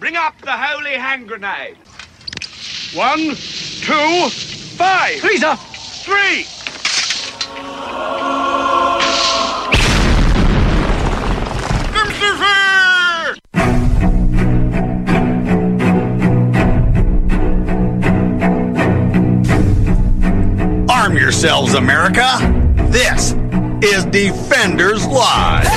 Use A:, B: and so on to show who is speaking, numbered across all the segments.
A: Bring up the holy hand grenade. One, two, five. Three's up. Three. Lucifer!
B: Arm yourselves, America. This is Defenders Live.
C: Here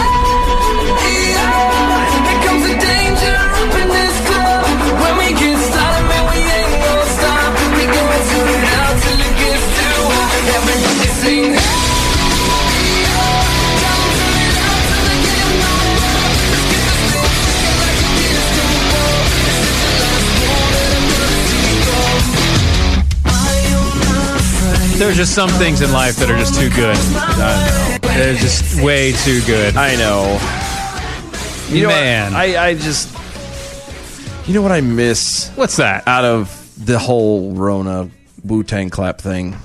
C: comes the danger up in this club. When we get started, man, we ain't gonna stop. We gonna turn it out till it gets too hot. Everybody sing.
D: There's just some things in life that are just too good. They're just way too good.
E: I know. You know what?
D: Man.
E: I, I just. You know what I miss
D: What's that?
E: out of the whole Rona Wu Tang clap thing?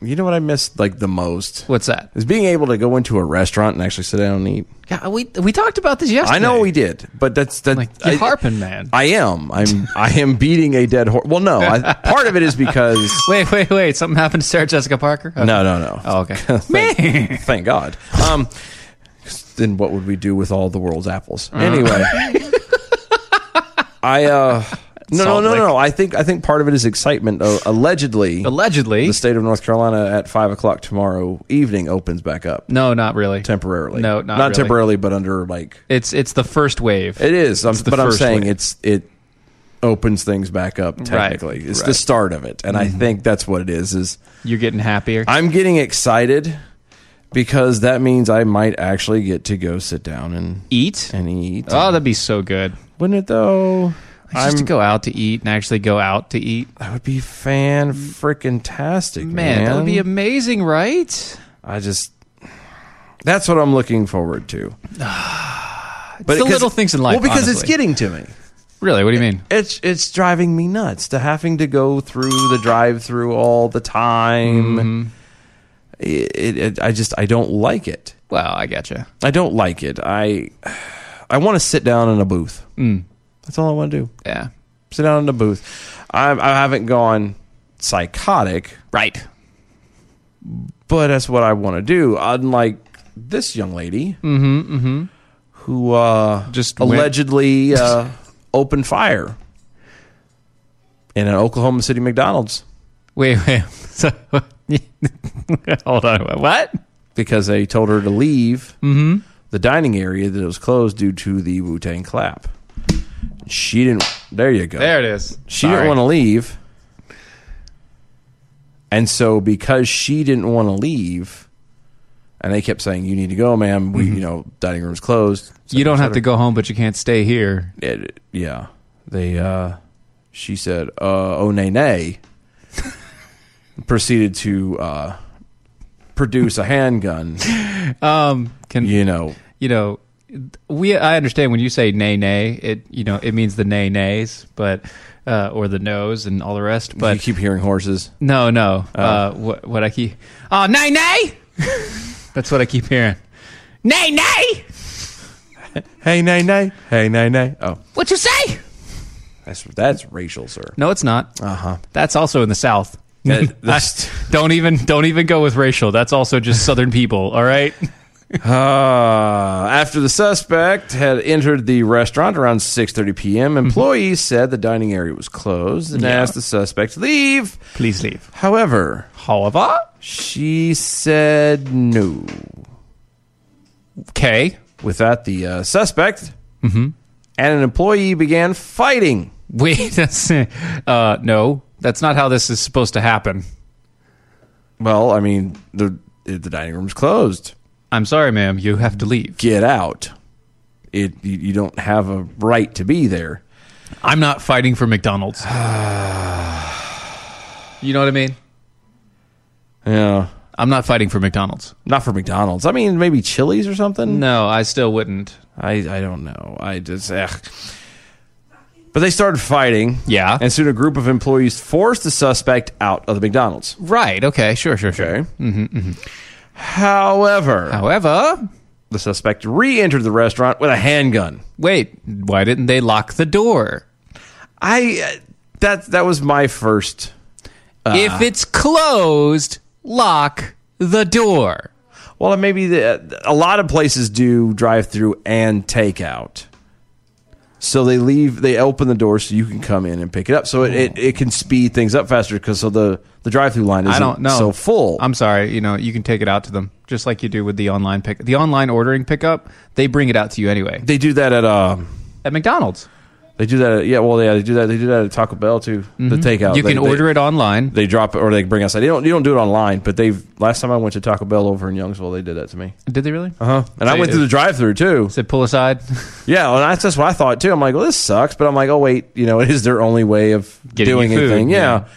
E: You know what I miss like the most
D: What's that?
E: is being able to go into a restaurant and actually sit down and eat.
D: Yeah, we we talked about this yesterday.
E: I know we did, but that's that.
D: Like, you're
E: I-
D: harping, man.
E: I am. I'm. I am beating a dead horse. Well, no. I, part of it is because
D: wait, wait, wait. Something happened to Sarah Jessica Parker? Okay.
E: no, no, no.
D: Oh, okay.
E: thank, thank God. Um, 'cause then what would we do with all the world's apples?
D: Mm.
E: Anyway, I uh, no, no,
D: Salt
E: no,
D: Lake.
E: no, I think I think part of it is excitement. Uh, allegedly,
D: Allegedly.
E: the state of North Carolina at five o'clock tomorrow evening opens back up
D: No, not really.
E: temporarily.
D: No, not really.
E: temporarily, but under like
D: It's it's the first wave.
E: it is. I'm,
D: the
E: but I'm
D: first
E: saying
D: wave.
E: it's it opens things back up technically. It's the
D: right. Mm-hmm.
E: start of it, and I think that's what it is. Is
D: You're getting happier.
E: I'm getting excited because that means I might actually get to go sit down and
D: eat.
E: and eat.
D: Oh, that'd be so good.
E: Wouldn't it though?
D: It's Just to go out to eat and actually go out to eat.
E: That would be fan freaking tastic, man.
D: Man, that would be amazing, right?
E: I just that's what I'm looking forward to. But
D: the
E: 'cause-
D: little things in life,
E: Well, because it's
D: honestly.
E: getting to me.
D: Really? What do you mean?
E: It's it's driving me nuts to having to go through the drive-through all the
D: Mm-hmm.
E: time. It, it, it, I just I don't like it.
D: Well, I gotcha.
E: I don't like it. I I want to sit down in a booth.
D: Mm.
E: That's all I want to do.
D: Yeah.
E: Sit down in a booth. I, I haven't gone psychotic,
D: Right.
E: but that's what I want to do. Unlike this young lady, who uh,
D: Mm-hmm, Just went-
E: allegedly uh, opened fire in an Oklahoma City McDonald's
D: Wait, wait. So, hold on. What?
E: because they told her to leave
D: Mm-hmm.
E: the dining area that was closed due to the Wu Tang clap. She didn't. There you go.
D: There it is.
E: She didn't want to leave. And so because she didn't want to leave, and they kept saying, You need to go, ma'am, we you know, dining room's closed.
D: Mm-hmm. You don't have to go home, but you can't stay here.
E: It- yeah. They uh she said, uh, oh nay nay proceeded to uh produce a handgun, Um,
D: Can
E: you know.
D: you know? We I understand when you say nay nay, it you know it means the nay nays, but uh, or the noes and all the rest.
E: But you
D: But
E: keep hearing horses.
D: no, no. Uh, what, what I keep? Oh, nay nay. That's what I keep hearing. Nay nay.
E: Hey nay nay, hey nay nay. Oh,
D: What you say?
E: that's that's racial, sir.
D: No, it's not. Uh huh. That's also in the South.
E: That- that's-
D: don't even don't even go with racial. That's also just Southern people. All right.
E: Uh, after the suspect had entered the restaurant around 6:30 p.m., employees said the dining area was closed and
D: Yeah.
E: asked the suspect to leave.
D: Please leave.
E: However,
D: However,
E: she said no.
D: okay.
E: With that, the uh, suspect
D: Mm-hmm.
E: and an employee began fighting.
D: Wait, that's uh, no. That's not how this is supposed to happen.
E: Well, I mean, the the dining room's closed.
D: I'm sorry, ma'am. You have to leave.
E: Get out. It you, you don't have a right to be there.
D: I'm not fighting for McDonald's. you know what I mean?
E: Yeah,
D: I'm not fighting for McDonald's.
E: not for McDonald's. I mean, maybe Chili's or something.
D: No, I still wouldn't.
E: I, I don't know. I just. Ugh. But they started fighting.
D: Yeah.
E: And soon a group of employees forced the suspect out of the McDonald's.
D: Mm-hmm. Right. Okay. Sure. Sure. Sure.
E: Okay. However,
D: However,
E: The suspect re entered the restaurant with a handgun.
D: Wait, why didn't they lock the door?
E: I. Uh, that, that was my first.
D: if it's closed, lock the door.
E: Well, maybe the, a lot of places do drive through and takeout. So they leave, they open the door so you can come in and pick it up. So it, it, it can speed things up faster because so the, the drive through line isn't
D: I don't know.
E: so full.
D: I'm sorry. You know, you can take it out to them just like you do with the online pick, the online ordering pickup. They bring it out to you anyway
E: they do that at uh,
D: at McDonald's.
E: they do that at, yeah well yeah they do that they do that at Taco Bell too the takeout
D: Mm-hmm. You
E: They-
D: can
E: they-
D: order it online.
E: they drop it or they bring outside. They don't. You don't do it online, but they've. Last time I went to Taco Bell over in Youngsville, they did that to me.
D: Did they really?
E: Uh huh. And I
D: They
E: went
D: do.
E: through the drive-through too.
D: Said pull aside,
E: Yeah, well, that's that's what I thought too. I'm like, well, this sucks, but I'm like, oh wait, you know, it is their only way of
D: Getting
E: doing
D: you food,
E: anything. Yeah.
D: yeah.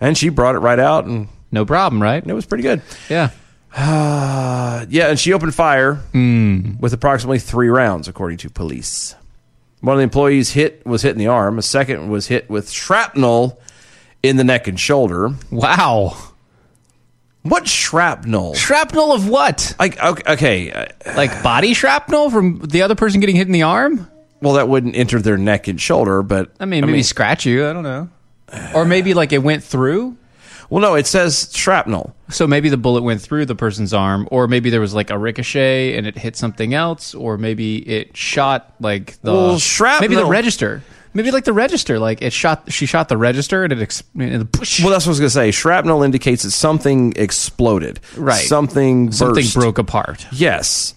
E: And she brought it right out, and
D: no problem, right?
E: it was pretty good.
D: Yeah.
E: Uh, yeah, and she opened fire
D: Hmm.
E: with approximately three rounds, according to police. One of the employees hit was hit in the arm. A second was hit with shrapnel in the neck and shoulder.
D: Wow.
E: What shrapnel?
D: Shrapnel of what?
E: Like okay, okay, uh,
D: Like body shrapnel from the other person getting hit in the arm?
E: well, that wouldn't enter their neck and shoulder, but
D: I mean, maybe scratch you. I don't know. Or maybe like it went through.
E: well, no, it says shrapnel.
D: So maybe the bullet went through the person's arm, or maybe there was like a ricochet and it hit something else, or maybe it shot like the
E: Well, shrapnel-
D: Maybe the register. Maybe like the register. Like it shot. She shot the register and it. Ex- and it push,
E: Well, that's what I was gonna say. Shrapnel indicates that something exploded,
D: Right.
E: Something,
D: something
E: burst.
D: broke apart
E: Yes,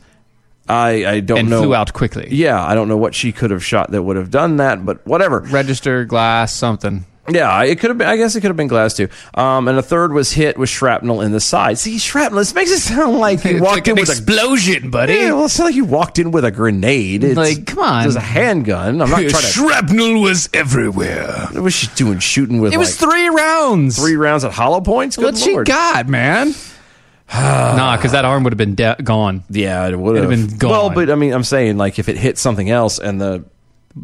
E: I I don't
D: and
E: know.
D: flew out quickly.
E: Yeah, I don't know what she could have shot that would have done that, but whatever.
D: Register glass something.
E: Yeah, it could have been. I guess it could have been glass too. Um, and a third was hit with shrapnel in the side. See, shrapnel. This makes it sound like you
D: It's
E: walked
D: like
E: in
D: an
E: with a.
D: explosion, buddy.
E: Yeah, well, it's not like you walked in with a grenade. It's,
D: Like, come on.
E: there's a handgun. I'm not trying to.
D: Shrapnel was everywhere.
E: What was she doing? Shooting with
D: It was
E: like,
D: three rounds.
E: three rounds at hollow points. Good
D: What she
E: lord.
D: got, man? nah, because that arm would have been de- gone.
E: Yeah, it would have
D: It'd have been
E: Well,
D: gone.
E: but I mean, I'm saying like if it hit something else and the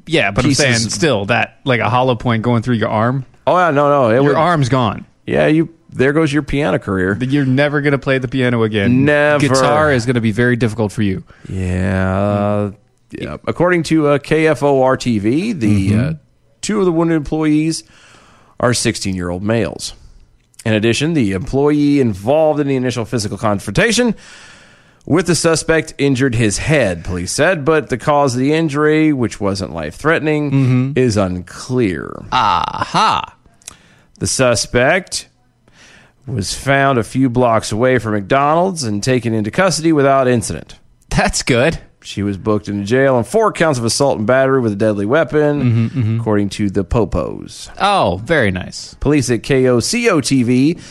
D: Yeah, but
E: Pieces-
D: I'm saying still that like a hollow point going through your arm.
E: oh yeah, no, no, it
D: Your
E: would,
D: arm's gone.
E: yeah, you there goes your piano career.
D: You're never gonna play the piano again.
E: Never.
D: Guitar is gonna be very difficult for you.
E: Yeah, uh, yeah. According to uh, KFOR TV, the uh, two of the wounded employees are 16 year old males. In addition, the employee involved in the initial physical confrontation with the suspect injured his head, police said, but the cause of the injury, which wasn't life threatening, is unclear. Aha. The suspect was found a few blocks away from McDonald's and taken into custody without incident.
D: That's good.
E: She was booked into jail on four counts of assault and battery with a deadly weapon, according to the Popos.
D: Oh, very nice.
E: Police at KOCO TV,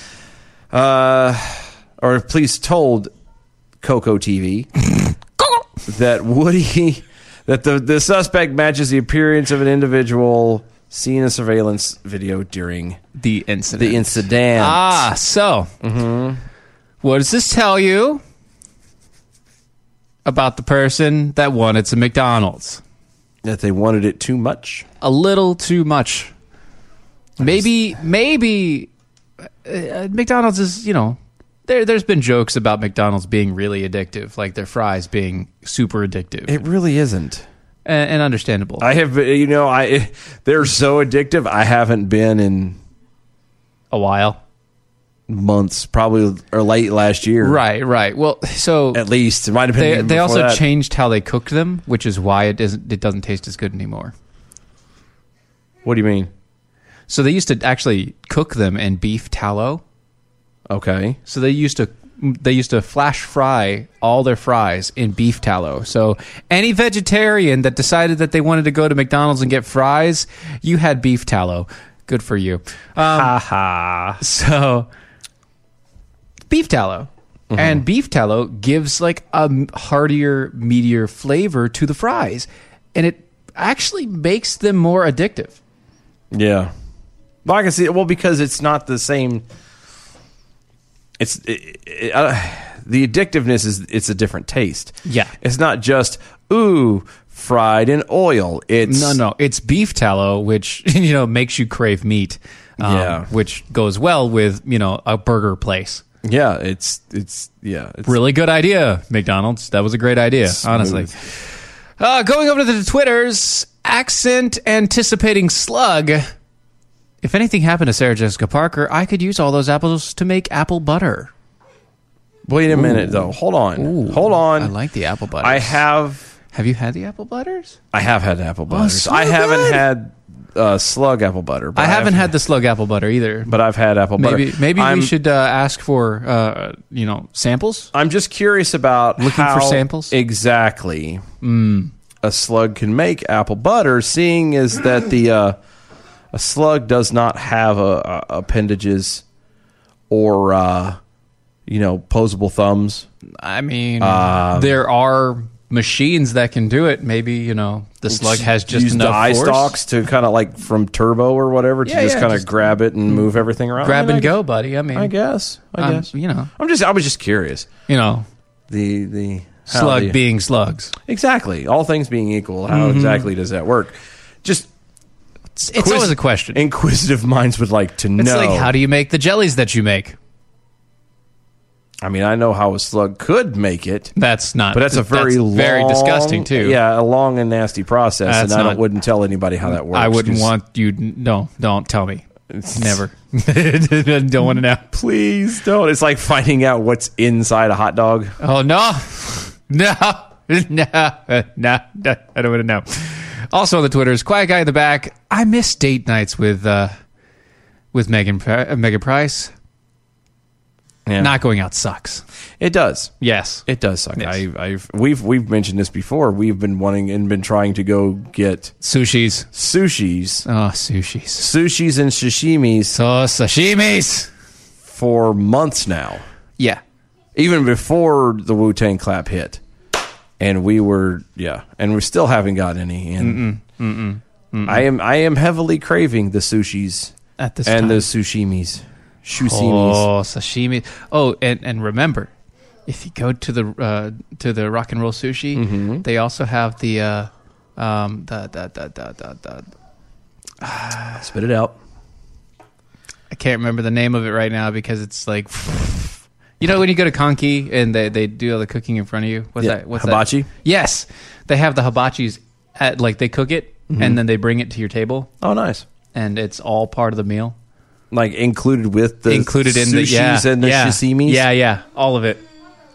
E: uh, or police told Coco TV that Woody, that the, the suspect matches the appearance of an individual seen in a surveillance video during
D: The incident.
E: the incident.
D: Ah, so what does this tell you about the person that wanted some McDonald's?
E: That they wanted it too much.
D: a little too much. Maybe, maybe uh, McDonald's is you know there. There's been jokes about McDonald's being really addictive, like their fries being super addictive
E: It really isn't.
D: and, and understandable.
E: I have, been- you know, I they're so addictive. I haven't been in
D: a while,
E: months, probably or late last year,
D: right? Right. Well, so
E: At least it might have been.
D: they
E: even
D: they
E: before
D: also
E: that.
D: changed how they cook them, which is why it doesn't it doesn't taste as good anymore.
E: What do you mean?
D: So they used to actually cook them in beef tallow.
E: Okay,
D: So they used to they used to flash fry all their fries in beef tallow. So any vegetarian that decided that they wanted to go to McDonald's and get fries, you had beef tallow. Good for you. Um, so beef tallow. And beef tallow gives like a m- heartier, meatier flavor to the fries, and it actually makes them more addictive.
E: yeah. Well, I can see. Well, because it's not the same. It's it, it, uh, the addictiveness is it's a different taste.
D: Yeah.
E: it's not just ooh fried in oil. It's
D: No, no, it's beef tallow, which you know makes you crave meat. um,
E: Yeah.
D: which goes well with you know a burger place.
E: Yeah, it's it's yeah. It's,
D: Really good idea, McDonald's. That was a great idea, honestly. Uh, going over to the Twitters, accent anticipating slug. If anything happened to Sarah Jessica Parker, I could use all those apples to make apple butter.
E: Wait a minute though. Hold on. Hold on.
D: I like the apple butter.
E: I have
D: Have you had the apple butters?
E: I have had apple butters.
D: Oh, so
E: I haven't
D: good.
E: had uh, slug apple butter. But
D: I haven't
E: I've-
D: had the slug apple butter either.
E: but I've had apple
D: maybe
E: butter.
D: maybe
E: I'm,
D: we should uh, ask for uh, you know samples.
E: I'm just curious about
D: Looking for
E: how
D: samples? Mm.
E: exactly a slug can make apple butter, seeing is that the uh, a slug does not have uh uh appendages or uh, you know posable thumbs.
D: I mean,
E: Um,
D: there are machines that can do it. Maybe you know the slug has just
E: Use
D: enough
E: the eye
D: force.
E: stalks to kind of like from turbo or whatever to
D: Yeah,
E: just
D: yeah,
E: kind of
D: just-
E: grab it and move everything around.
D: grab
E: I mean,
D: and go, buddy. I mean,
E: I guess. I
D: um,
E: guess.
D: you know,
E: I'm just. I was just curious.
D: you know,
E: The the how
D: slug
E: the-
D: being slugs.
E: Exactly. All things being equal, how exactly does that work? Just
D: Mm-hmm. It's, it's always a question.
E: Inquisitive minds would like to know.
D: It's like how do you make the jellies that you make?
E: I mean, I know how a slug could make it,
D: That's not.
E: but that's a very long,
D: very disgusting too.
E: Yeah, a long and nasty process,
D: That's
E: and I
D: not-
E: don't, wouldn't tell anybody how that works.
D: I wouldn't
E: 'cause-
D: want you. No, don't tell me. Never. don't want to know.
E: Please don't. It's like finding out what's inside a hot dog.
D: Oh no, no, no, no, no! I don't want to know. Also on the Twitters, quiet guy in the back. I miss date nights with uh, with Megan Pri- uh, Megan Price.
E: Yeah.
D: Not going out sucks.
E: It does.
D: Yes,
E: It does suck.
D: Yes.
E: I, I've we've we've mentioned this before. We've been wanting and been trying to go get
D: sushis.
E: sushis,
D: Oh, sushis.
E: sushis and sashimis
D: So sashimis.
E: for months now.
D: Yeah,
E: even before the Wu Tang clap hit, and we were yeah, and we still haven't got any. And I am I am heavily craving the sushis
D: at this
E: and
D: time.
E: the sushimis, shusimis.
D: oh, sashimi. Oh, and and remember, if you go to the uh, to the rock and roll sushi, they also have the uh, um the the the the the. the
E: Spit it out.
D: I can't remember the name of it right now because it's like, you know, when you go to Conky and they, they do all the cooking in front of you. What's
E: Yeah,
D: that? What's
E: hibachi?
D: That? Yes, they have the hibachis at like they cook it
E: Mm-hmm.
D: and then they bring it to your table
E: Oh, nice.
D: and it's all part of the meal
E: Like included with the
D: included in the
E: sushis
D: yeah,
E: and the
D: yeah,
E: shusimis.
D: Yeah, yeah, all of it,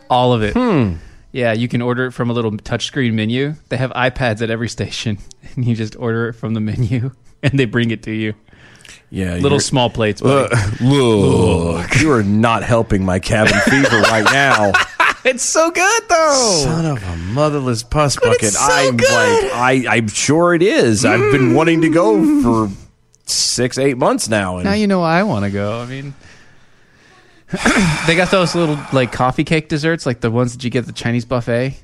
D: all of it.
E: Hmm.
D: Yeah, you can order it from a little touchscreen menu. They have iPads at every station, and you just order it from the menu, and they bring it to you.
E: yeah.
D: Little
E: you're-
D: small plates.
E: Uh,
D: buddy.
E: look, you are not helping my cabin fever right now.
D: it's so good though.
E: Son of a motherless pus bucket.
D: it's so
E: I'm
D: good. Mm.
E: like I I'm sure it is. I've been wanting to go for six, eight months now. And
D: Now you know why I want to go. I mean, they got those little like coffee cake desserts, like the ones that you get at the Chinese buffet.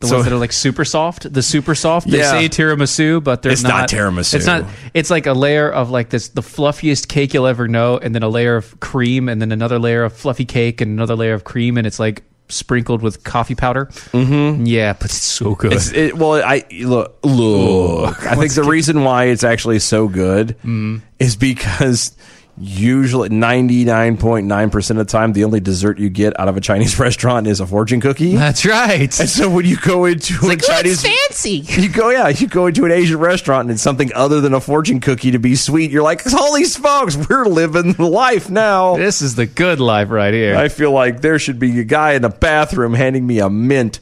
D: The
E: So-
D: ones that are like super soft. The super soft. They
E: Yeah.
D: say tiramisu, but they're
E: It's not tiramisu.
D: It's not. It's like a layer of like this, the fluffiest cake you'll ever know, and then a layer of cream, and then another layer of fluffy cake, and another layer of cream, and it's like sprinkled with coffee powder. Mm-hmm. Yeah, but it's so good.
E: It's, it, well, I look. Look, I think the reason why it's actually so good
D: Mm.
E: is because usually ninety nine point nine percent of the time, the only dessert you get out of a Chinese restaurant is a fortune cookie. and
D: That's right.
E: so when you go into a Chinese
D: fancy.
E: you go, yeah, you go into an Asian restaurant and it's something other than a fortune cookie to be sweet. You're like, holy smokes, we're living the life now.
D: This is the good life right here.
E: I feel like there should be a guy in a bathroom handing me a mint.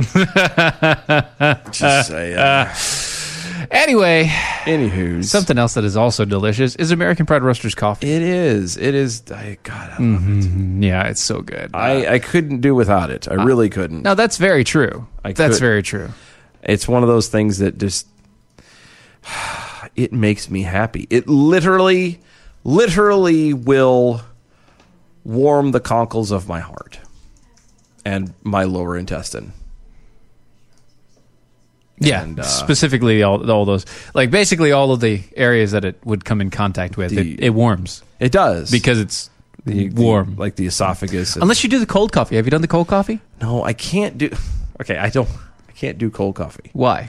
E: Just saying.
D: Anyway,
E: Anywho,
D: Something else that is also delicious is American Pride Roasters coffee.
E: It is. It is. I, God, I, love it.
D: yeah, it's so good.
E: I I couldn't do without it. I really couldn't.
D: no, that's very true.
E: I
D: that's
E: could-
D: very true.
E: It's one of those things that just it makes me happy. It literally, literally will warm the conkles of my heart and my lower intestine.
D: Yeah,
E: And, uh,
D: specifically all all those, like basically all of the areas that it would come in contact with,
E: The-
D: it, it warms
E: It does
D: because it's
E: the, the-
D: warm.
E: like the esophagus. and-
D: Unless you do the cold coffee. Have you done the cold coffee?
E: no, I can't do. Okay, I don't. I can't do cold coffee.
D: Why?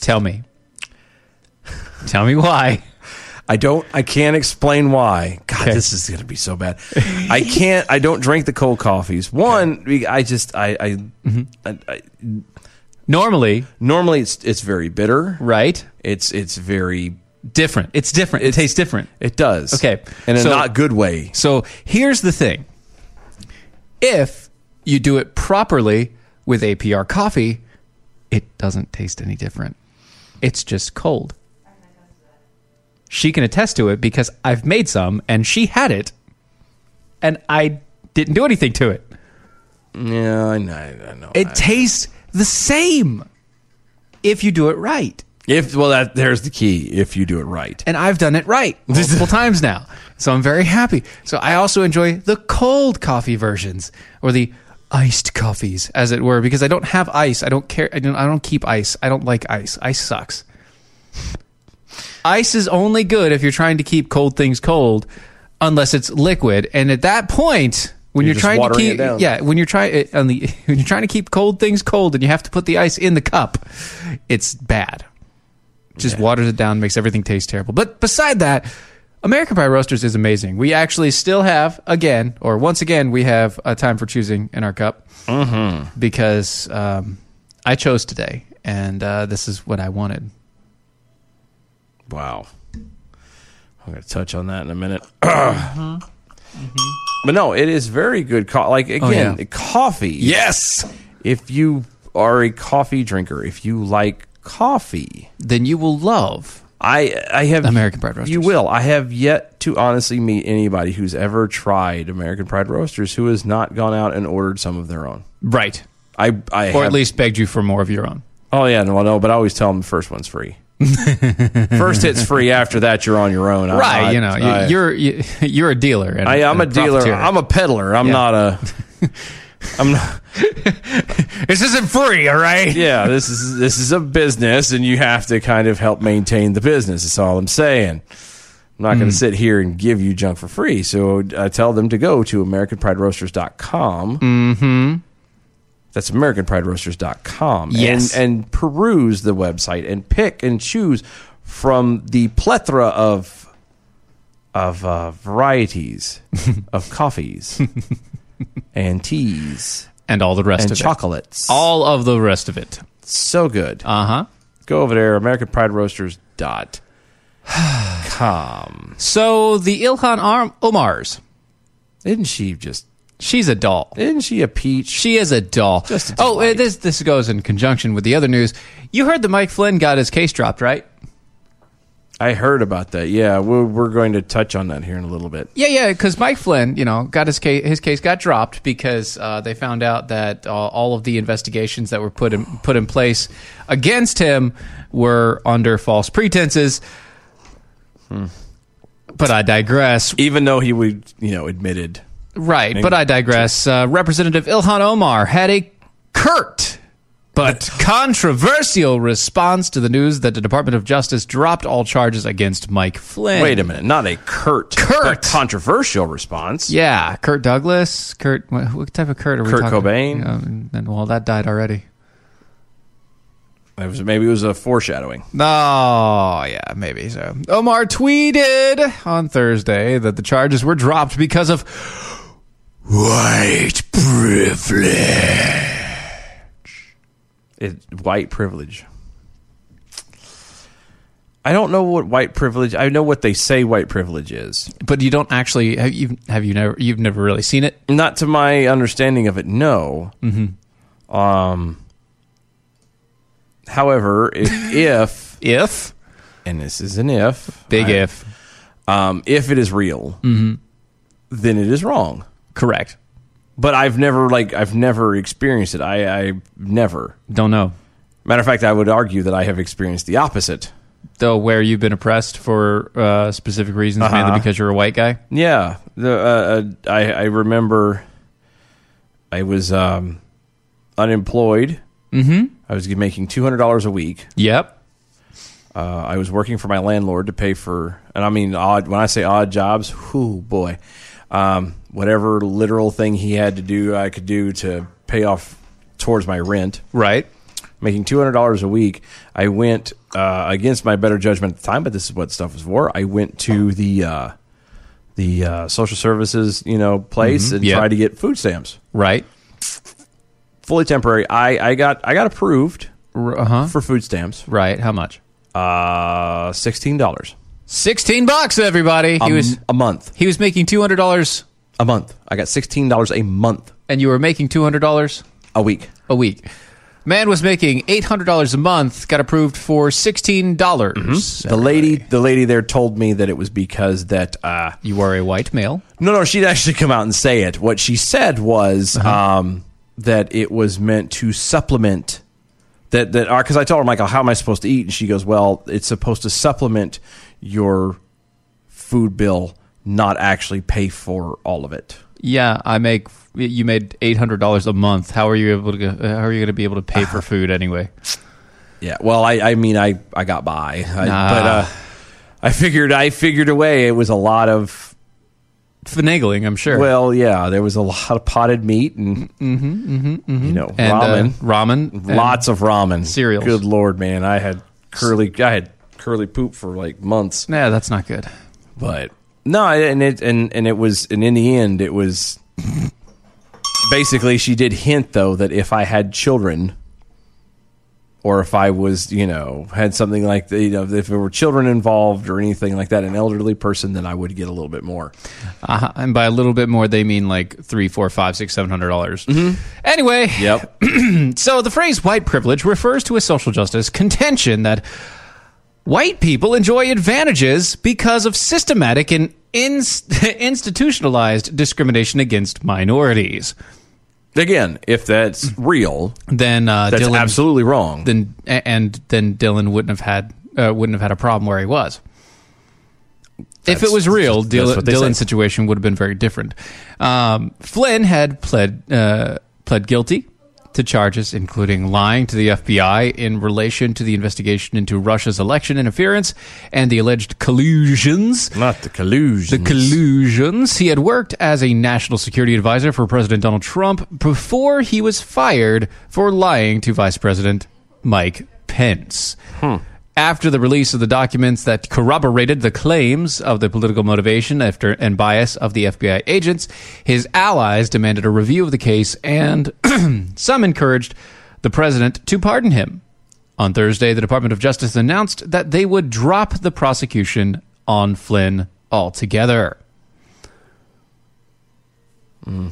D: Tell me. Tell me why.
E: I don't. I can't explain why. God, this is gonna be so bad. I can't. I don't drink the cold coffees. One, be- I just. I. I, I, I
D: Normally,
E: normally it's it's very bitter.
D: right?
E: It's it's very.
D: Different. It's different. it tastes different.
E: It does.
D: Okay,
E: In a
D: so-
E: not good way.
D: So here's the thing if you do it properly with APR coffee, it doesn't taste any different. It's just cold. She can attest to it because I've made some and she had it and I didn't do anything to it.
E: Yeah, I know. I know.
D: It tastes the same if you do it right.
E: if well, that there's the key. If you do it right.
D: and I've done it right multiple times now. So I'm very happy. So I also enjoy the cold coffee versions or the iced coffees, as it were, because I don't have ice. I don't care. I don't, I don't keep ice. I don't like ice. Ice sucks. Ice is only good if you're trying to keep cold things cold, unless it's liquid. And at that point, when you're,
E: You're just
D: trying to
E: watering it
D: keep,
E: down.
D: yeah, when you're trying on the when you're trying to keep cold things cold, and you have to put the ice in the cup, it's bad just waters it down, makes everything taste terrible. But beside that, American Pie Roasters is amazing. We actually still have again, or once again, we have a time for choosing in our cup
E: Mm-hmm.
D: because um, I chose today, and uh, this is what I wanted.
E: Wow. I'm going to touch on that in a minute. Mm-hmm. But no, it is very good. Co- like, again,
D: yeah.
E: coffee.
B: Yes.
E: If you are a coffee drinker, if you like coffee,
D: Then you will love.
E: I I have
D: American Pride Roasters.
E: You will. I have yet to honestly meet anybody who's ever tried American Pride Roasters who has not gone out and ordered some of their own.
D: Right.
E: I, I
D: Or
E: have-
D: at least begged you for more of your own.
E: Oh yeah, no, no, but I always tell them the first one's free. first hit's free. After that, you're on your own. I'm
D: Right.
E: not-
D: you know, you,
E: I-
D: you're you, you're a dealer. And,
E: I, I'm a dealer. I'm a peddler. I'm
D: Yeah.
E: not a. I'm not.
D: this isn't free, all right?
E: Yeah, this is this is a business, and you have to kind of help maintain the business. That's all I'm saying. I'm not going
D: Hmm.
E: to sit here and give you junk for free. So I tell them to go to AmericanPrideRoasters.com. Mm-hmm. That's AmericanPrideRoasters.com.
D: Yes.
E: and, and peruse the website and pick and choose from the plethora of of uh, varieties of coffees and teas
D: And all the rest
E: and
D: of it.
E: chocolates.
D: All of the rest of it.
E: so good
D: Uh huh.
E: go over there americanprideroasters.com
D: So the Ilhan Arm- Omars,
E: isn't she just
D: she's a doll.
E: isn't she a peach
D: She is a doll.
E: Just a
D: oh, uh,
E: delight.
D: this this goes in conjunction with the other news. You heard that Mike Flynn got his case dropped, right?
E: i heard about that yeah we're, we're going to touch on that here in a little bit
D: Yeah, yeah. Because Mike Flynn, you know, got his case. His case got dropped because uh, they found out that uh, all of the investigations that were put in put in place against him were under false pretenses. Hmm. But I digress.
E: even though he would you know admitted
D: Right, but I digress. Uh, Representative Ilhan Omar had a curt but controversial response to the news that the Department of Justice dropped all charges against Mike Flynn.
E: wait a minute not a curt
D: Curt!
E: but controversial response
D: Yeah, Kurt Douglas. Kurt, what, what type of Kurt are we
E: Kurt
D: talking
E: Cobain?
D: Um, and, well, that died already.
E: It was, maybe it was a foreshadowing
D: Oh, yeah, maybe so. Omar tweeted on Thursday that the charges were dropped because of white privilege.
E: it, white privilege i don't know what white privilege i know what they say white privilege is
D: But you don't actually have you have you never you've never really seen it?
E: not to my understanding of it no mm-hmm. um however if, if
D: If
E: and this is an if Mm-hmm.
D: Big
E: I-
D: if.
E: um if it is real then it is wrong
D: Correct.
E: but i've never like i've never experienced it i i never
D: Don't know.
E: matter of fact i would argue that i have experienced the opposite
D: Though where you've been oppressed for uh, specific reasons, mainly because you're a white guy.
E: Yeah, the uh, uh, I I remember I was um, unemployed. Mm-hmm. I was making two hundred dollars a week.
D: Yep.
E: Uh, I was working for my landlord to pay for, and I mean odd. When I say odd jobs, whoo boy, um, whatever literal thing he had to do, I could do to pay off towards my rent
D: Right.
E: making two hundred dollars a week. I went uh, against my better judgment at the time, but this is what stuff was for. I went to the uh, the uh, social services, you know, place and
D: Mm-hmm. yeah.
E: tried to get food stamps.
D: right?
E: Fully temporary. I, I got I got approved
D: Uh huh.
E: for food stamps.
D: Right. How much?
E: Uh, sixteen dollars.
D: Sixteen bucks, everybody. He was
E: a month.
D: he was making two hundred dollars,
E: A month. I got sixteen dollars a month
D: and you were making two hundred dollars
E: a week.
D: a week. Man was making eight hundred dollars a month. Got approved for sixteen dollars. Mm-hmm.
E: The lady, the lady there told me that it was because that uh,
D: You are a white male.
E: no, no, she'd actually come out and say it. What she said was um, that it was meant to supplement that that because I told her, Michael, how am I supposed to eat? And she goes, well, it's supposed to supplement your food bill, not actually pay for all of it.
D: Yeah, I make. You made eight hundred dollars a month. How are you able to? go- uh, How are you going to be able to pay for food anyway?
E: Yeah. Well, I, I mean, I, I got by, I,
D: Nah.
E: but uh, I figured, I figured a way. It was a lot of,
D: Finagling, I'm sure.
E: well, yeah, there was a lot of potted meat and, you know,
D: and,
E: ramen,
D: uh, ramen, and-
E: lots of ramen,
D: cereals.
E: Good Lord, man. I had curly, I had curly poop for like months,
D: Nah, that's not good.
E: but no, and it, and, and it was, and in the end it was basically, she did hint though, that if I had children, or if I was, you know, had something like the, you know, if there were children involved or anything like that, an elderly person, then I would get a little bit more.
D: Uh, and by a little bit more, they mean like three, four, five, six, seven hundred dollars.
E: Mm-hmm.
D: Anyway,
E: Yep.
D: so the phrase white privilege refers to a social justice contention that white people enjoy advantages because of systematic and ins institutionalized discrimination against minorities.
E: Again, if that's real,
D: Then uh,
E: that's
D: Dylan,
E: absolutely wrong.
D: then a- and then Dylan wouldn't have had uh, wouldn't have had a problem where he was. if it was real, Dylan,
E: what they
D: Dylan's
E: say.
D: situation would have been very different. Um, Flynn had pled uh, pled guilty to charges including lying to the FBI in relation to the investigation into Russia's election interference and the alleged collusions
E: Not the collusion.
D: the collusions. He had worked as a national security advisor for President Donald Trump before he was fired for lying to Vice President Mike Pence. After the release of the documents that corroborated the claims of the political motivation after and bias of the FBI agents, his allies demanded a review of the case and some encouraged the president to pardon him. On Thursday, the Department of Justice announced that they would drop the prosecution on Flynn altogether.
E: Hmm.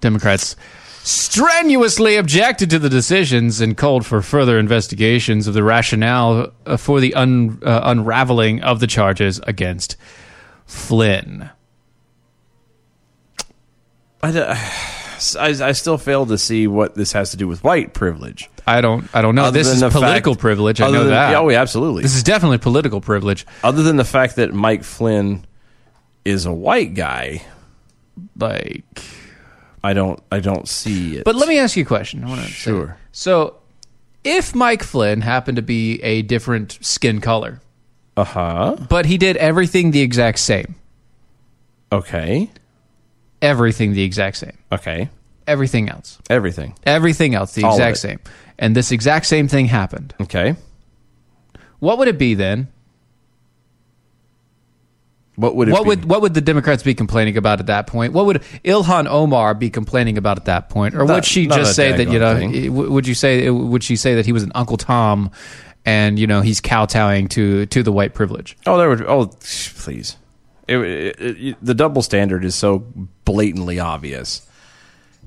D: Democrats strenuously objected to the decisions and called for further investigations of the rationale uh, for the un- uh, unraveling of the charges against Flynn.
E: I, d- I- I still fail to see what this has to do with white privilege.
D: I don't. I don't know.
E: Other
D: Oh, this
E: than
D: is
E: the fact-
D: political privilege. I
E: other
D: know
E: than-
D: that.
E: Oh, yeah, absolutely.
D: This is definitely political privilege.
E: other than the fact that Mike Flynn is a white guy,
D: Like.
E: I don't, I don't see it.
D: But let me ask you a question. I wanna say-
E: Sure.
D: So, if Mike Flynn happened to be a different skin color,
E: uh huh.
D: but he did everything the exact same,
E: Okay.
D: everything the exact same,
E: Okay.
D: everything else,
E: Everything.
D: everything else the
E: All of
D: exact
E: it.
D: same, and this exact same thing happened,
E: Okay.
D: what would it be then?
E: What would it
D: What
E: be?
D: would what would the Democrats be complaining about at that point? What would Ilhan Omar be complaining about at that point? Or would
E: Not-
D: she
E: not
D: just
E: a
D: say that you
E: daggone
D: know?
E: thing.
D: it- w- Would you say would she say that he was an Uncle Tom, and you know he's kowtowing to to the white privilege?
E: Oh, there would. Oh, please. It, it, it, the double standard is so blatantly obvious.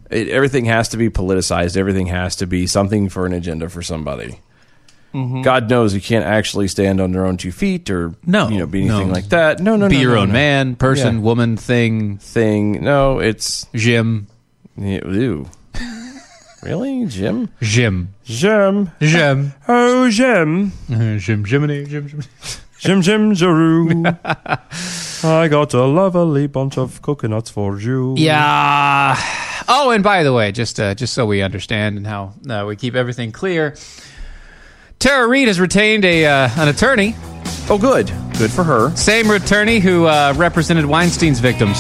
E: It, everything has to be politicized. Everything has to be something for an agenda for somebody.
D: Mm-hmm.
E: God knows you can't actually stand on your own two feet or
D: No,
E: you know, be anything
D: no.
E: like that. No, no,
D: be
E: no,
D: your
E: no,
D: own
E: no.
D: man, person,
E: Yeah.
D: woman, thing,
E: thing. No, it's
D: Jim,
E: ew. really, Jim?
D: Jim,
E: Jim?
D: Jim,
E: Oh, Jim.
D: Jim, Jiminy, Jim, Jim.
F: Jim Jim Giroux. I got a lovely bunch of coconuts for you.
D: Yeah. Oh, and by the way, just uh, just so we understand and how uh, we keep everything clear, Tara Reid has retained a uh, an attorney,
E: Oh, good. Good for her.
D: same attorney who uh, represented Weinstein's victims.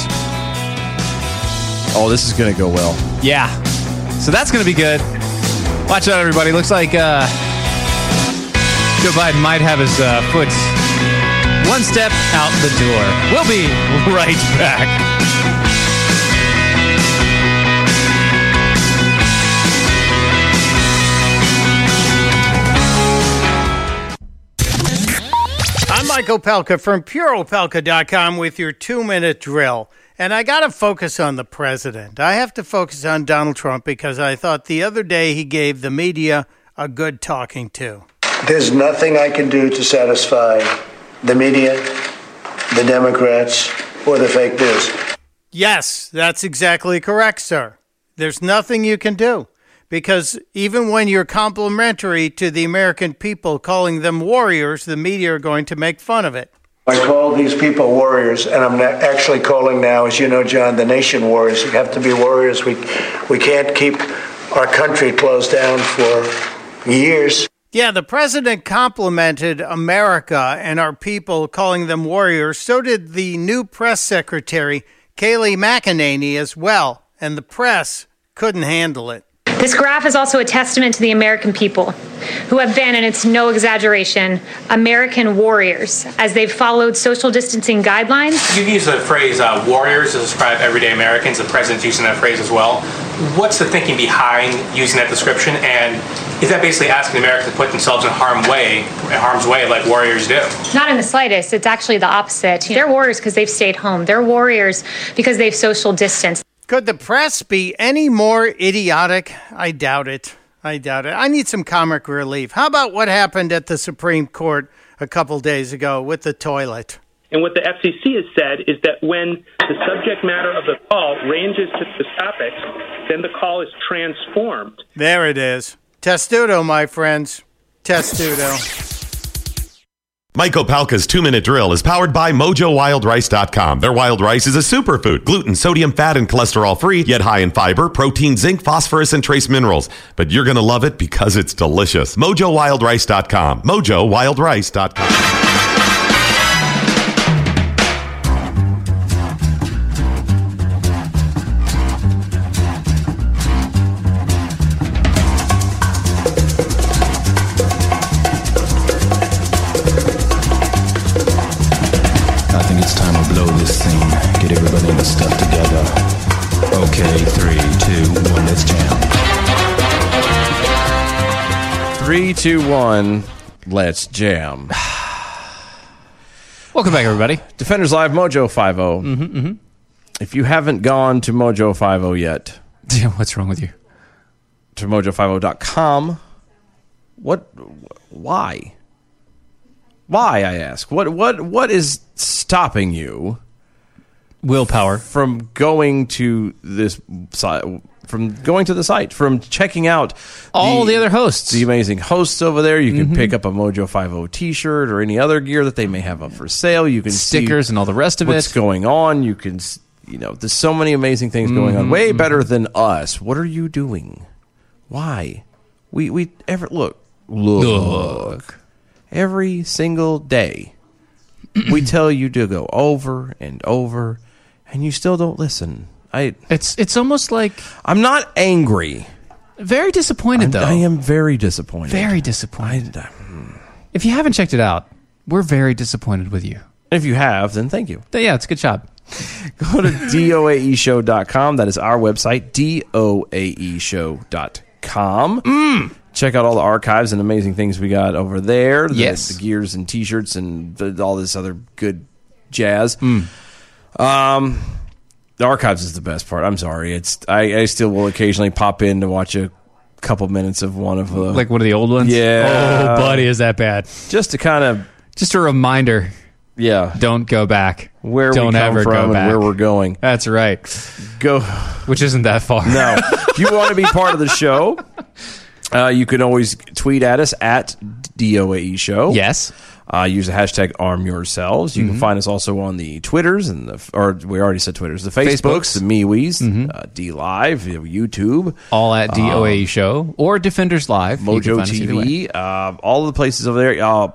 E: Oh, this is going to go well.
D: Yeah. So that's gonna be good. Watch out, everybody. Looks like uh, Joe Biden might have his uh, foot one step out the door. We'll be right back.
G: I'm Mike Opelka from PureOpelka.com with your two minute drill. And I got to focus on the president. I have to focus on Donald Trump because I thought the other day he gave the media a good talking to.
H: There's nothing I can do to satisfy the media, the Democrats, or the fake news.
G: Yes, that's exactly correct, sir. There's nothing you can do because even when you're complimentary to the American people, calling them warriors, the media are going to make fun of it.
H: I call these people warriors, and I'm na- actually calling now, as you know, John, the nation warriors. We have to be warriors. We, we can't keep our country closed down for years.
G: Yeah, the president complimented America and our people, calling them warriors. So did the new press secretary, Kayleigh McEnany, as well. And the press couldn't handle it.
I: This graph is also a testament to the American people who have been, and it's no exaggeration, American warriors as they've followed social distancing guidelines.
J: You can use the phrase uh, warriors to describe everyday Americans. The president's using that phrase as well. What's the thinking behind using that description? And is that basically asking Americans to put themselves in harm way, in harm's way, like warriors do?
I: Not in the slightest, it's actually the opposite. They're warriors because they've stayed home, they're warriors because they've social distanced.
G: Could the press be any more idiotic? I doubt it. I doubt it. I need some comic relief. How about what happened at the Supreme Court a couple days ago with the toilet?
K: And what the FCC has said is that when the subject matter of the call ranges to the topics, then the call is transformed.
G: There it is. Testudo, my friends. Testudo.
L: Mike Opalka's two minute drill is powered by MojoWildRice.com. Their wild rice is a superfood, gluten, sodium, fat, and cholesterol free, yet high in fiber, protein, zinc, phosphorus, and trace minerals. But you're going to love it because it's delicious. MojoWildRice.com. MojoWildRice.com.
M: I think it's time to blow this thing. Get everybody in the stuff together. Okay, three, two, one, let's jam.
E: Three, two, one. Let's jam.
D: Welcome back, everybody.
E: Defenders Live Mojo 5 Mm-hmm, If you haven't gone to Mojo 5 yet,
D: Damn, what's wrong with you?
E: to mojo50.com, what, why? Why, I ask. What, what, what is stopping you
D: Willpower.
E: from going to this site, from going to the site, from checking out
D: All the, other Mm-hmm. hosts.
E: the amazing hosts over there. You can pick up a Mojo 50 t-shirt or any other gear that they may have up for sale. You can see
D: Stickers and all the rest of
E: what's
D: it.
E: going on. You can s- you know, there's so many amazing things going on. Way
D: Mm-hmm.
E: better than us. What are you doing? Why? We we ever look look, every single day. we tell you to go over and over and you still don't listen. I
D: It's it's almost like
E: I'm not angry.
D: very disappointed though.
E: I am very disappointed.
D: very disappointed.
E: I-
D: If you haven't checked it out, we're very disappointed with you.
E: If you have, then thank you.
D: But yeah, it's a good job.
E: Go to E doaeshow.com. That is our website, E doaeshow.com. Check out all the archives and amazing things we got over there. The,
D: Yes.
E: The gears and t shirts and the, all this other good jazz.
D: Hmm.
E: Um, the archives is the best part. I'm sorry. It's I, I still will occasionally pop in to watch a couple minutes of one of the.
D: Like one of the old ones.
E: Yeah.
D: Oh, buddy, is that bad?
E: just to kind of.
D: Just a reminder:
E: Yeah.
D: don't go back.
E: Where
D: don't
E: we come
D: ever
E: from
D: go
E: and
D: back.
E: where we're going.
D: That's right.
E: Go.
D: Which isn't that far.
E: No. If you want to be part of the show, uh, you can always tweet at us at DOAE E Show.
D: Yes.
E: Uh, use the hashtag arm yourselves. You
D: Mm-hmm.
E: can find us also on the Twitters and the, or we already said Twitters, the Facebooks,
D: Facebooks. Mm-hmm.
E: the MeWe's, uh, D Live, YouTube,
D: All at DOAE show or Defenders Live. You can
E: Uh-huh. Mojo
D: find us either way.
E: TV, uh, all of the places over there. Uh,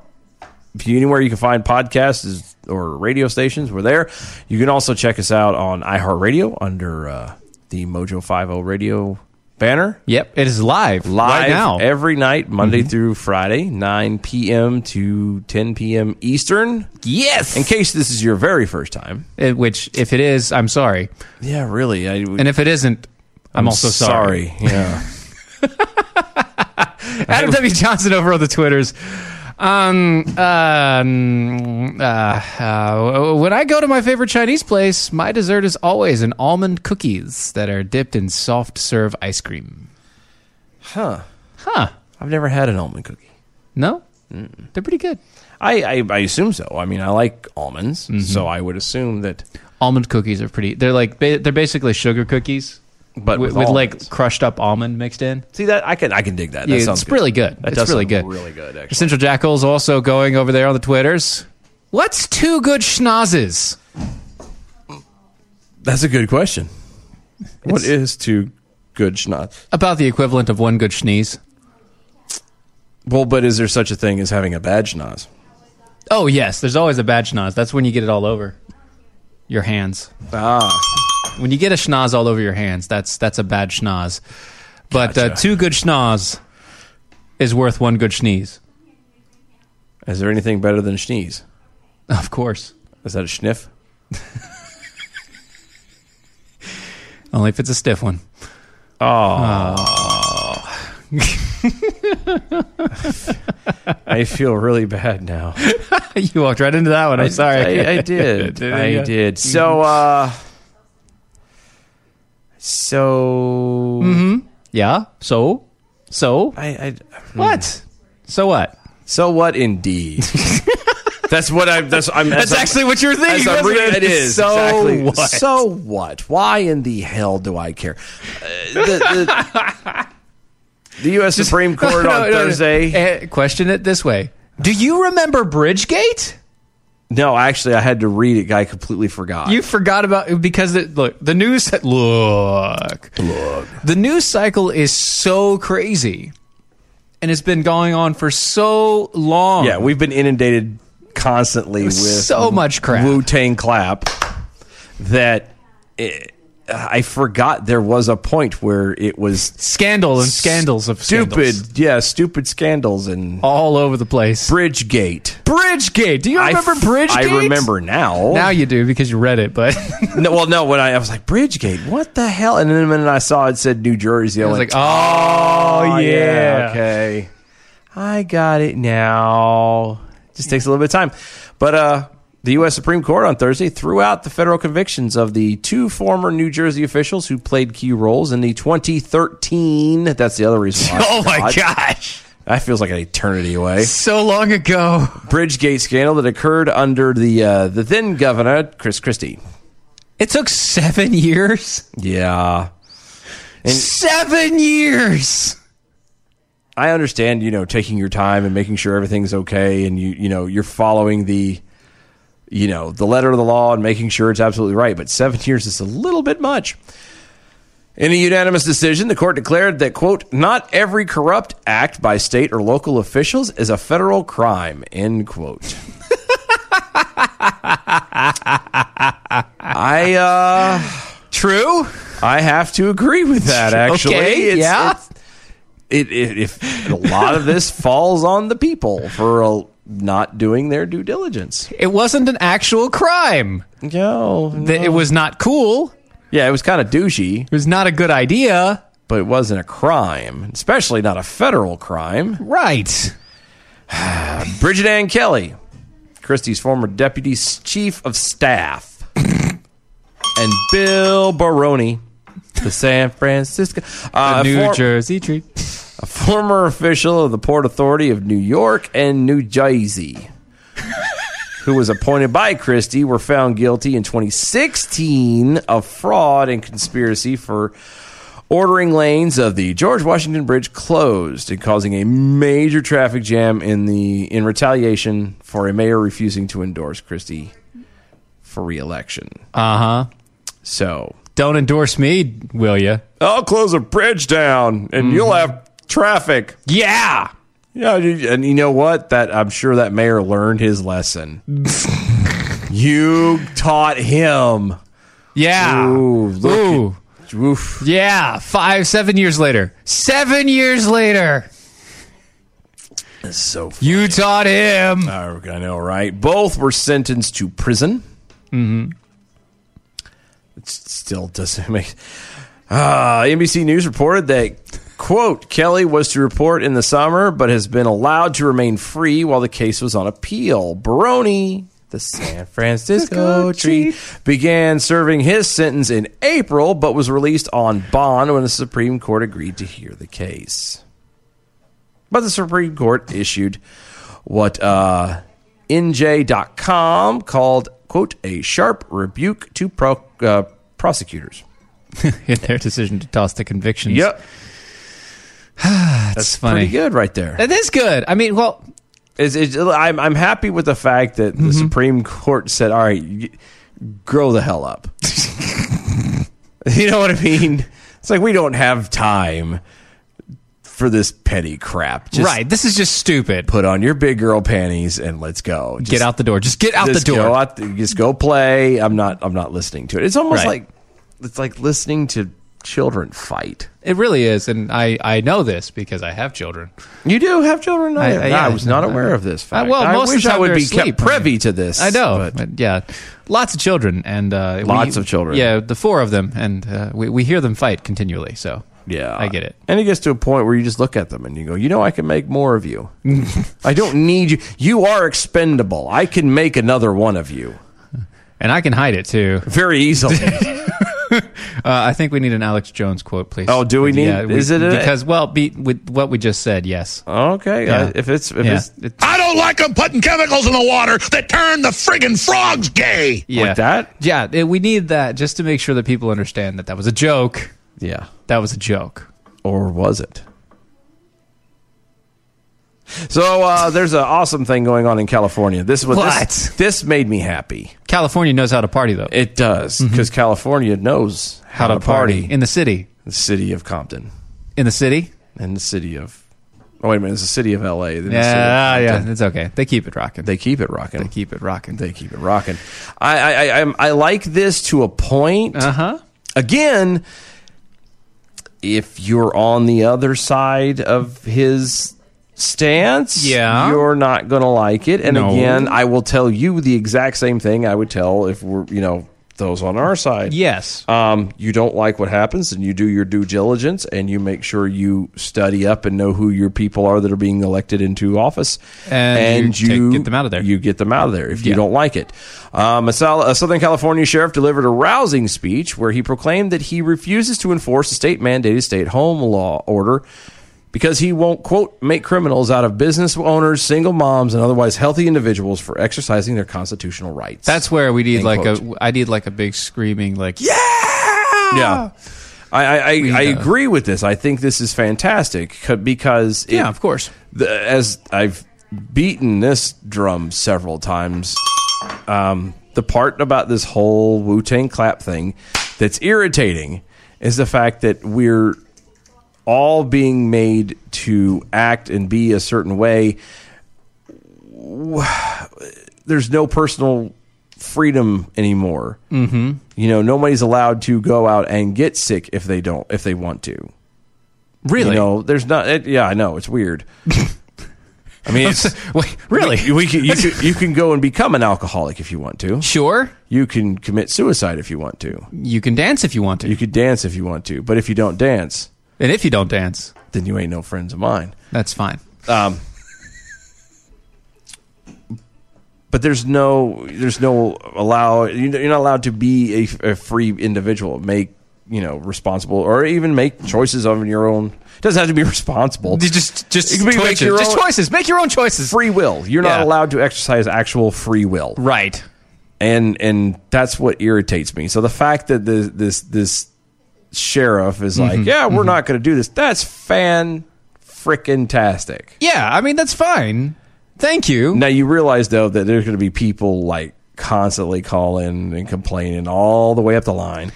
E: if you- anywhere you can find podcasts is, or radio stations, we're there. You can also check us out on iHeartRadio under uh, the Mojo Five O Radio Banner?
D: Yep, it is live.
E: Live
D: right now. Mm-hmm.
E: Every night, Monday through Friday, 9 p.m. to 10 p.m. Eastern.
D: Yes.
E: In case this is your very first time.
D: It- which, if it is, I'm sorry.
E: Yeah, really. I,
D: and if it isn't, I'm, also sorry.
E: Yeah.
D: Adam W. Johnson over on the Twitters. Um, um, uh, uh, when I go to my favorite Chinese place, my dessert is always an almond cookies that are dipped in soft serve ice cream.
E: Huh.
D: Huh.
E: I've never had an almond cookie.
D: No?
E: Mm.
D: They're pretty good.
E: I, I, I assume so. I mean, I like almonds,
D: Mm-hmm.
E: so I would assume that
D: almond cookies are pretty. They're like ba- they're basically sugar cookies,
E: but
D: with,
E: with
D: with, like crushed up almond mixed in.
E: See that I can I can dig that.
D: Yeah,
E: that
D: it's
E: sounds
D: really good.
E: That
D: it's
E: does
D: really good.
E: sound Really good. Actually.
D: Central Jackal's also going over there on the Twitters. What's two good schnozzes?
E: That's a good question. what is two good schnapps?
D: About the equivalent of one good sneeze.
E: Well, but is there such a thing as having a bad schnoz?
D: Oh yes, there's always a bad schnoz. That's when you get it all over your hands.
E: Ah,
D: when you get a schnoz all over your hands, that's that's a bad schnoz. But uh,
E: Gotcha.
D: two good schnoz is worth one good sneeze.
E: Is there anything better than a sneeze?
D: Of course.
E: Is that a sniff?
D: Only if it's a stiff one.
E: Oh. I feel really bad now.
D: you walked right into that one. I'm sorry.
E: I, I did. I
D: Yeah.
E: did. So, uh, so,
D: Mhm. yeah. So, so
E: I, I
D: what? So what?
E: So what? Indeed. that's what I'm. That's I'm.
D: That's
E: as I'm-
D: actually what you're thinking,
E: as I'm
D: wasn't
E: reading-
D: it?
E: It is
D: So
E: exactly.
D: what?
E: So what? Why in the hell do I care? Uh, the, the, the U.S. Supreme Court
D: No,
E: on
D: no, no.
E: Thursday.
D: Eh, question it this way: Do you remember Bridgegate?
E: No, actually, I had to read it. I completely forgot.
D: You forgot about because the, look the news look look the news cycle is so crazy, and it's been going on for so long.
E: yeah, we've been inundated constantly with
D: Uh-huh. With so much crap.
E: Wu Tang clap that it, I forgot there was a point where it was
D: scandal and scandals of
E: stupid,
D: scandals.
E: yeah, stupid scandals and
D: all over the place.
E: Bridgegate.
D: Bridgegate. Do you remember Bridgegate?
E: I remember now.
D: Now you do because you read it, but
E: no, well, no. When I, I was like Bridgegate, what the hell? And then the minute I saw it said New Jersey, I,
D: I was
E: went,
D: like, oh, yeah.
E: okay, I got it now. Just takes a little bit of time, but uh. The U.S. Supreme Court on Thursday threw out the federal convictions of the two former New Jersey officials who played key roles in the 2013. That's the other reason. Why I
D: Oh my
E: forgot.
D: gosh.
E: That feels like an eternity away.
D: So long ago.
E: Bridgegate scandal that occurred under the uh, the then governor Chris Christie.
D: It took seven years.
E: Yeah, and
D: Seven years.
E: I understand you know taking your time and making sure everything's okay, and you you know you're following the you know the letter of the law and making sure it's absolutely right. But seven years is a little bit much. In a unanimous decision, the court declared that, quote, not every corrupt act by state or local officials is a federal crime, end quote. I, uh.
D: True?
E: I have to agree with that, actually.
D: Okay, yeah.
E: it, it, if a lot of this falls on the people for uh not doing their due diligence.
D: It wasn't an actual crime.
E: No,
D: Th- It was not cool.
E: Yeah, it was kind of douchey,
D: It was not a good idea.
E: but it wasn't a crime, especially not a federal crime.
D: Right.
E: Bridget Ann Kelly, Christie's former deputy s- chief of staff, and Bill Baroni, the San Francisco, uh,
D: The New
E: for-
D: Jersey tree.
E: a former official of the Port Authority of New York and New Jersey, who was appointed by Christie, were found guilty in 2016 of fraud and conspiracy for ordering lanes of the George Washington Bridge closed and causing a major traffic jam in the in retaliation for a mayor refusing to endorse Christie for reelection.
D: Uh huh.
E: So
D: Don't endorse me, will you?
E: I'll close a bridge down and you'll have traffic.
D: Yeah.
E: Yeah, you- and you know what? That I'm sure that mayor learned his lesson. you taught him.
D: Yeah.
E: Ooh, look
D: Ooh.
E: at- Oof.
D: Yeah, five, seven years later. Seven years later.
E: That's so funny.
D: You taught him.
E: I know, right? Both were sentenced to prison.
D: Mm-hmm.
E: It still doesn't make. Uh, NBC News reported that, quote, Kelly was to report in the summer, but has been allowed to remain free while the case was on appeal. Baroni, the San Francisco tree, began serving his sentence in April, but was released on bond when the Supreme Court agreed to hear the case. But the Supreme Court issued what uh, NJ.com called, quote, a sharp rebuke to pro- uh, prosecutors.
D: In their decision to toss the convictions.
E: Yep.
D: That's, funny.
E: Pretty good right there.
D: That is good. I mean, well,
E: It's, it's, I'm, I'm happy with the fact that the Supreme Court said, all right, y- grow the hell up. you know what I mean? It's like we don't have time for this petty crap.
D: Right. This is just stupid.
E: Put on your big girl panties and let's go.
D: Get out the door. Just get out the
E: just
D: door.
E: go out the- just go play. I'm not. I'm not listening to it. It's almost
D: Right.
E: like it's like listening to children fight.
D: it really is. And I, I know this because I have children.
E: You do have children. I,
D: I-
E: I,
D: yeah,
E: was not
D: no,
E: aware
D: I-
E: of this.
D: I-
E: Fact.
D: Uh, well, most of the
E: wish
D: time
E: I would
D: they're
E: be
D: asleep.
E: kept privy to this.
D: I know,
E: but-
D: but, yeah, lots of children and uh, we-
E: Lots of children.
D: Yeah, the four of them, and uh, we we hear them fight continually. So
E: Yeah.
D: I get it.
E: And it gets to a point where you just look at them and you go, you know, I can make more of you. I don't need you. You are expendable. I can make another one of you.
D: And I can hide it too.
E: Very easily.
D: Uh, I think we need an Alex Jones quote, please.
E: Oh, do we need-
D: Yeah,
E: is it a-
D: because well, be, with what we just said, yes.
E: Okay, uh, if it's- if it's-
N: I don't like them putting chemicals in the water that turn the friggin' frogs gay.
D: yeah.
E: that,
D: yeah, it- we need that just to make sure that people understand that that was a joke.
E: Yeah,
D: that was a joke.
E: Or was it? So uh, there's an awesome thing going on in California. This was This, this made me happy.
D: California knows how to party, though.
E: It does because California knows how, to, party.
D: in the city,
E: the city of Compton,
D: in the city,
E: in the city of. Oh wait a minute! It's the city of L.A. then the city of
D: Yeah, yeah,
E: Compton.
D: it's okay. They keep it rocking.
E: They keep it rocking. They
D: keep it rocking.
E: They keep it rocking. I I I, I'm- I like this to a point. Uh
D: huh.
E: Again, if you're on the other side of his stance,
D: Yeah.
E: you're not going to like it. And
D: No.
E: again, I will tell you the exact same thing I would tell if we're you know those on our side.
D: Yes.
E: Um, you don't like what happens, and you do your due diligence, and you make sure you study up and know who your people are that are being elected into office,
D: And you take- get them out of there.
E: You get them out of there if you
D: Yeah.
E: don't like it. Um, a, Sal- a Southern California sheriff delivered a rousing speech where he proclaimed that he refuses to enforce a state mandated stay at home law order. Because he won't, quote, make criminals out of business owners, single moms, and otherwise healthy individuals for exercising their constitutional rights.
D: That's where we need
E: End
D: like
E: quote.
D: a I need like a big screaming like yeah.
E: Yeah. uh, I, I, I, I agree with this. I think this is fantastic c- because yeah, of
D: course.
E: The, as I've beaten this drum several times, um, the part about this whole Wu Tang clap thing that's irritating is the fact that we're all being made to act and be a certain way. There's no personal freedom anymore.
D: Mm-hmm.
E: You know, nobody's allowed to go out and get sick if they don't, if they want to.
D: Really?
E: You know, there's not. It, yeah, I know. It's weird. I mean, it's,
D: wait, really?
E: We, we can, you, can, you can go and become an alcoholic if you want to.
D: Sure.
E: You can commit suicide if you want to.
D: You can dance if you want to.
E: You could dance if you want to. But if you don't dance,
D: and if you don't dance,
E: then you ain't no friends of mine.
D: That's fine.
E: Um, but there's no there's no allow you're you're not allowed to be a, a free individual make you know responsible or even make choices on your own it doesn't have to be responsible
D: You just just
E: You can make
D: choices.
E: your
D: just
E: own-
D: choices. Make your own choices.
E: Free will. you're not
D: Yeah.
E: allowed to exercise actual free will
D: right
E: and and that's what irritates me so the fact that this this this sheriff is like
D: Mhm,
E: yeah we're not going to do this that's fan frickin' tastic
D: Yeah, I mean that's fine. Thank you.
E: Now you realize though that there's going to be people like constantly calling and complaining all the way up the line.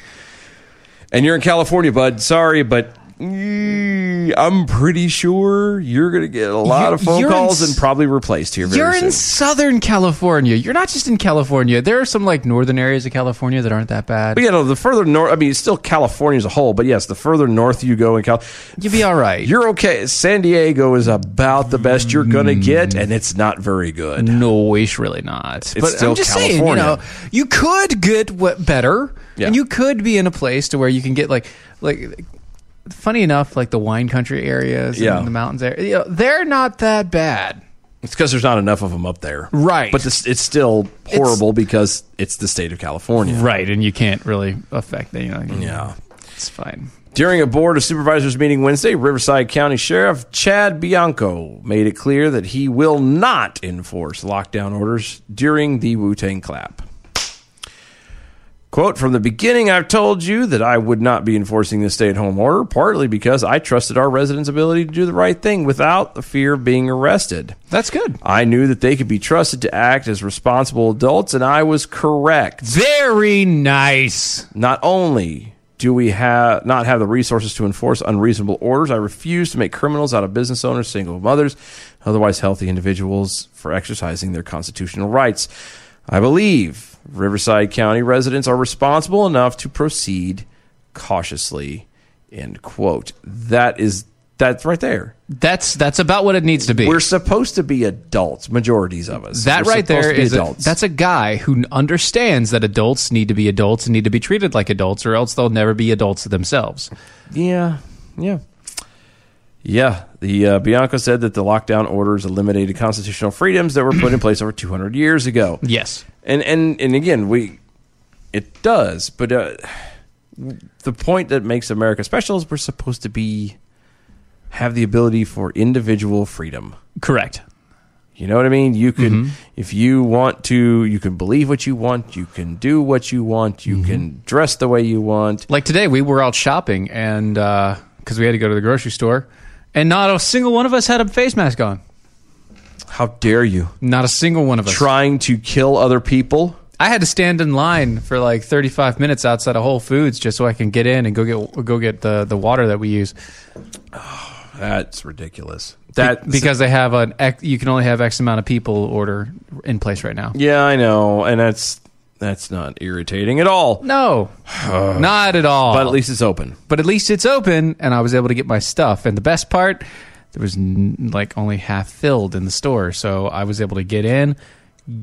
E: And you're in California, bud. Sorry, but mm, I I'm pretty sure you're gonna get a lot
D: You're-
E: of phone
D: you're in
E: calls
D: s-
E: and probably replaced here. Very
D: You're
E: soon.
D: in Southern California. You're not just in California. There are some like northern areas of California that aren't that bad.
E: But yeah, no, the further north, I mean, it's still California as a whole, but yes, the further north you go in Cal,
D: you'll be all right.
E: You're okay. San Diego is about the best you're going to get, and it's not very good.
D: No, it's really not.
E: It's
D: but
E: still
D: I'm just
E: California.
D: saying, you know, you could get what better,
E: Yeah.
D: and you could be in a place to where you can get like like. Funny enough, like the wine country areas
E: Yeah.
D: and the mountains there, you know, they're not that bad.
E: It's because there's not enough of them up there.
D: Right.
E: But this, it's still horrible because it's the state of California.
D: Right, and you can't really affect that. You know,
E: yeah,
D: it's fine.
E: During a Board of Supervisors meeting Wednesday, Riverside County Sheriff Chad Bianco made it clear that he will not enforce lockdown orders during the Wu Tang clap. Quote From the beginning, I've told you that I would not be enforcing the stay at home order, partly because I trusted our residents' ability to do the right thing without the fear of being arrested.
D: That's good.
E: I knew that they could be trusted to act as responsible adults, and I was correct.
D: Very nice.
E: Not only do we have not have the resources to enforce unreasonable orders, I refuse to make criminals out of business owners, single mothers, otherwise healthy individuals for exercising their constitutional rights. I believe Riverside County residents are responsible enough to proceed cautiously. End quote. That is that's right there.
D: That's that's about what it needs to be.
E: We're supposed to be adults, majorities of us.
D: That
E: We're
D: right there
E: supposed to be
D: is a,
E: adults.
D: that's a guy who understands that adults need to be adults and need to be treated like adults, or else they'll never be adults themselves.
E: Yeah, yeah. Yeah, the uh, Bianco said that the lockdown orders eliminated constitutional freedoms that were put in place over 200 years ago.
D: Yes,
E: and and and again, we it does, but uh, the point that makes America special is we're supposed to be have the ability for individual freedom.
D: Correct.
E: You know what I mean? You could, if you want to, you can believe what you want, you can do what you want, you can dress the way you want.
D: Like today, we were out shopping, and because we had to go to the grocery store, and not a single one of us had a face mask on.
E: How dare you?
D: Not a single one of us.
E: Trying to kill other people.
D: I had to stand in line for like 35 minutes outside of Whole Foods just so I can get in and go get go get the, the water that we use.
E: That's ridiculous.
D: Be- because they have an X- you can only have X amount of people order in place right now.
E: Yeah, I know, and that's that's not irritating at all.
D: No, not at all.
E: But at least it's open.
D: But at least it's open, and I was able to get my stuff. And the best part, there was n- like only half filled in the store, so I was able to get in,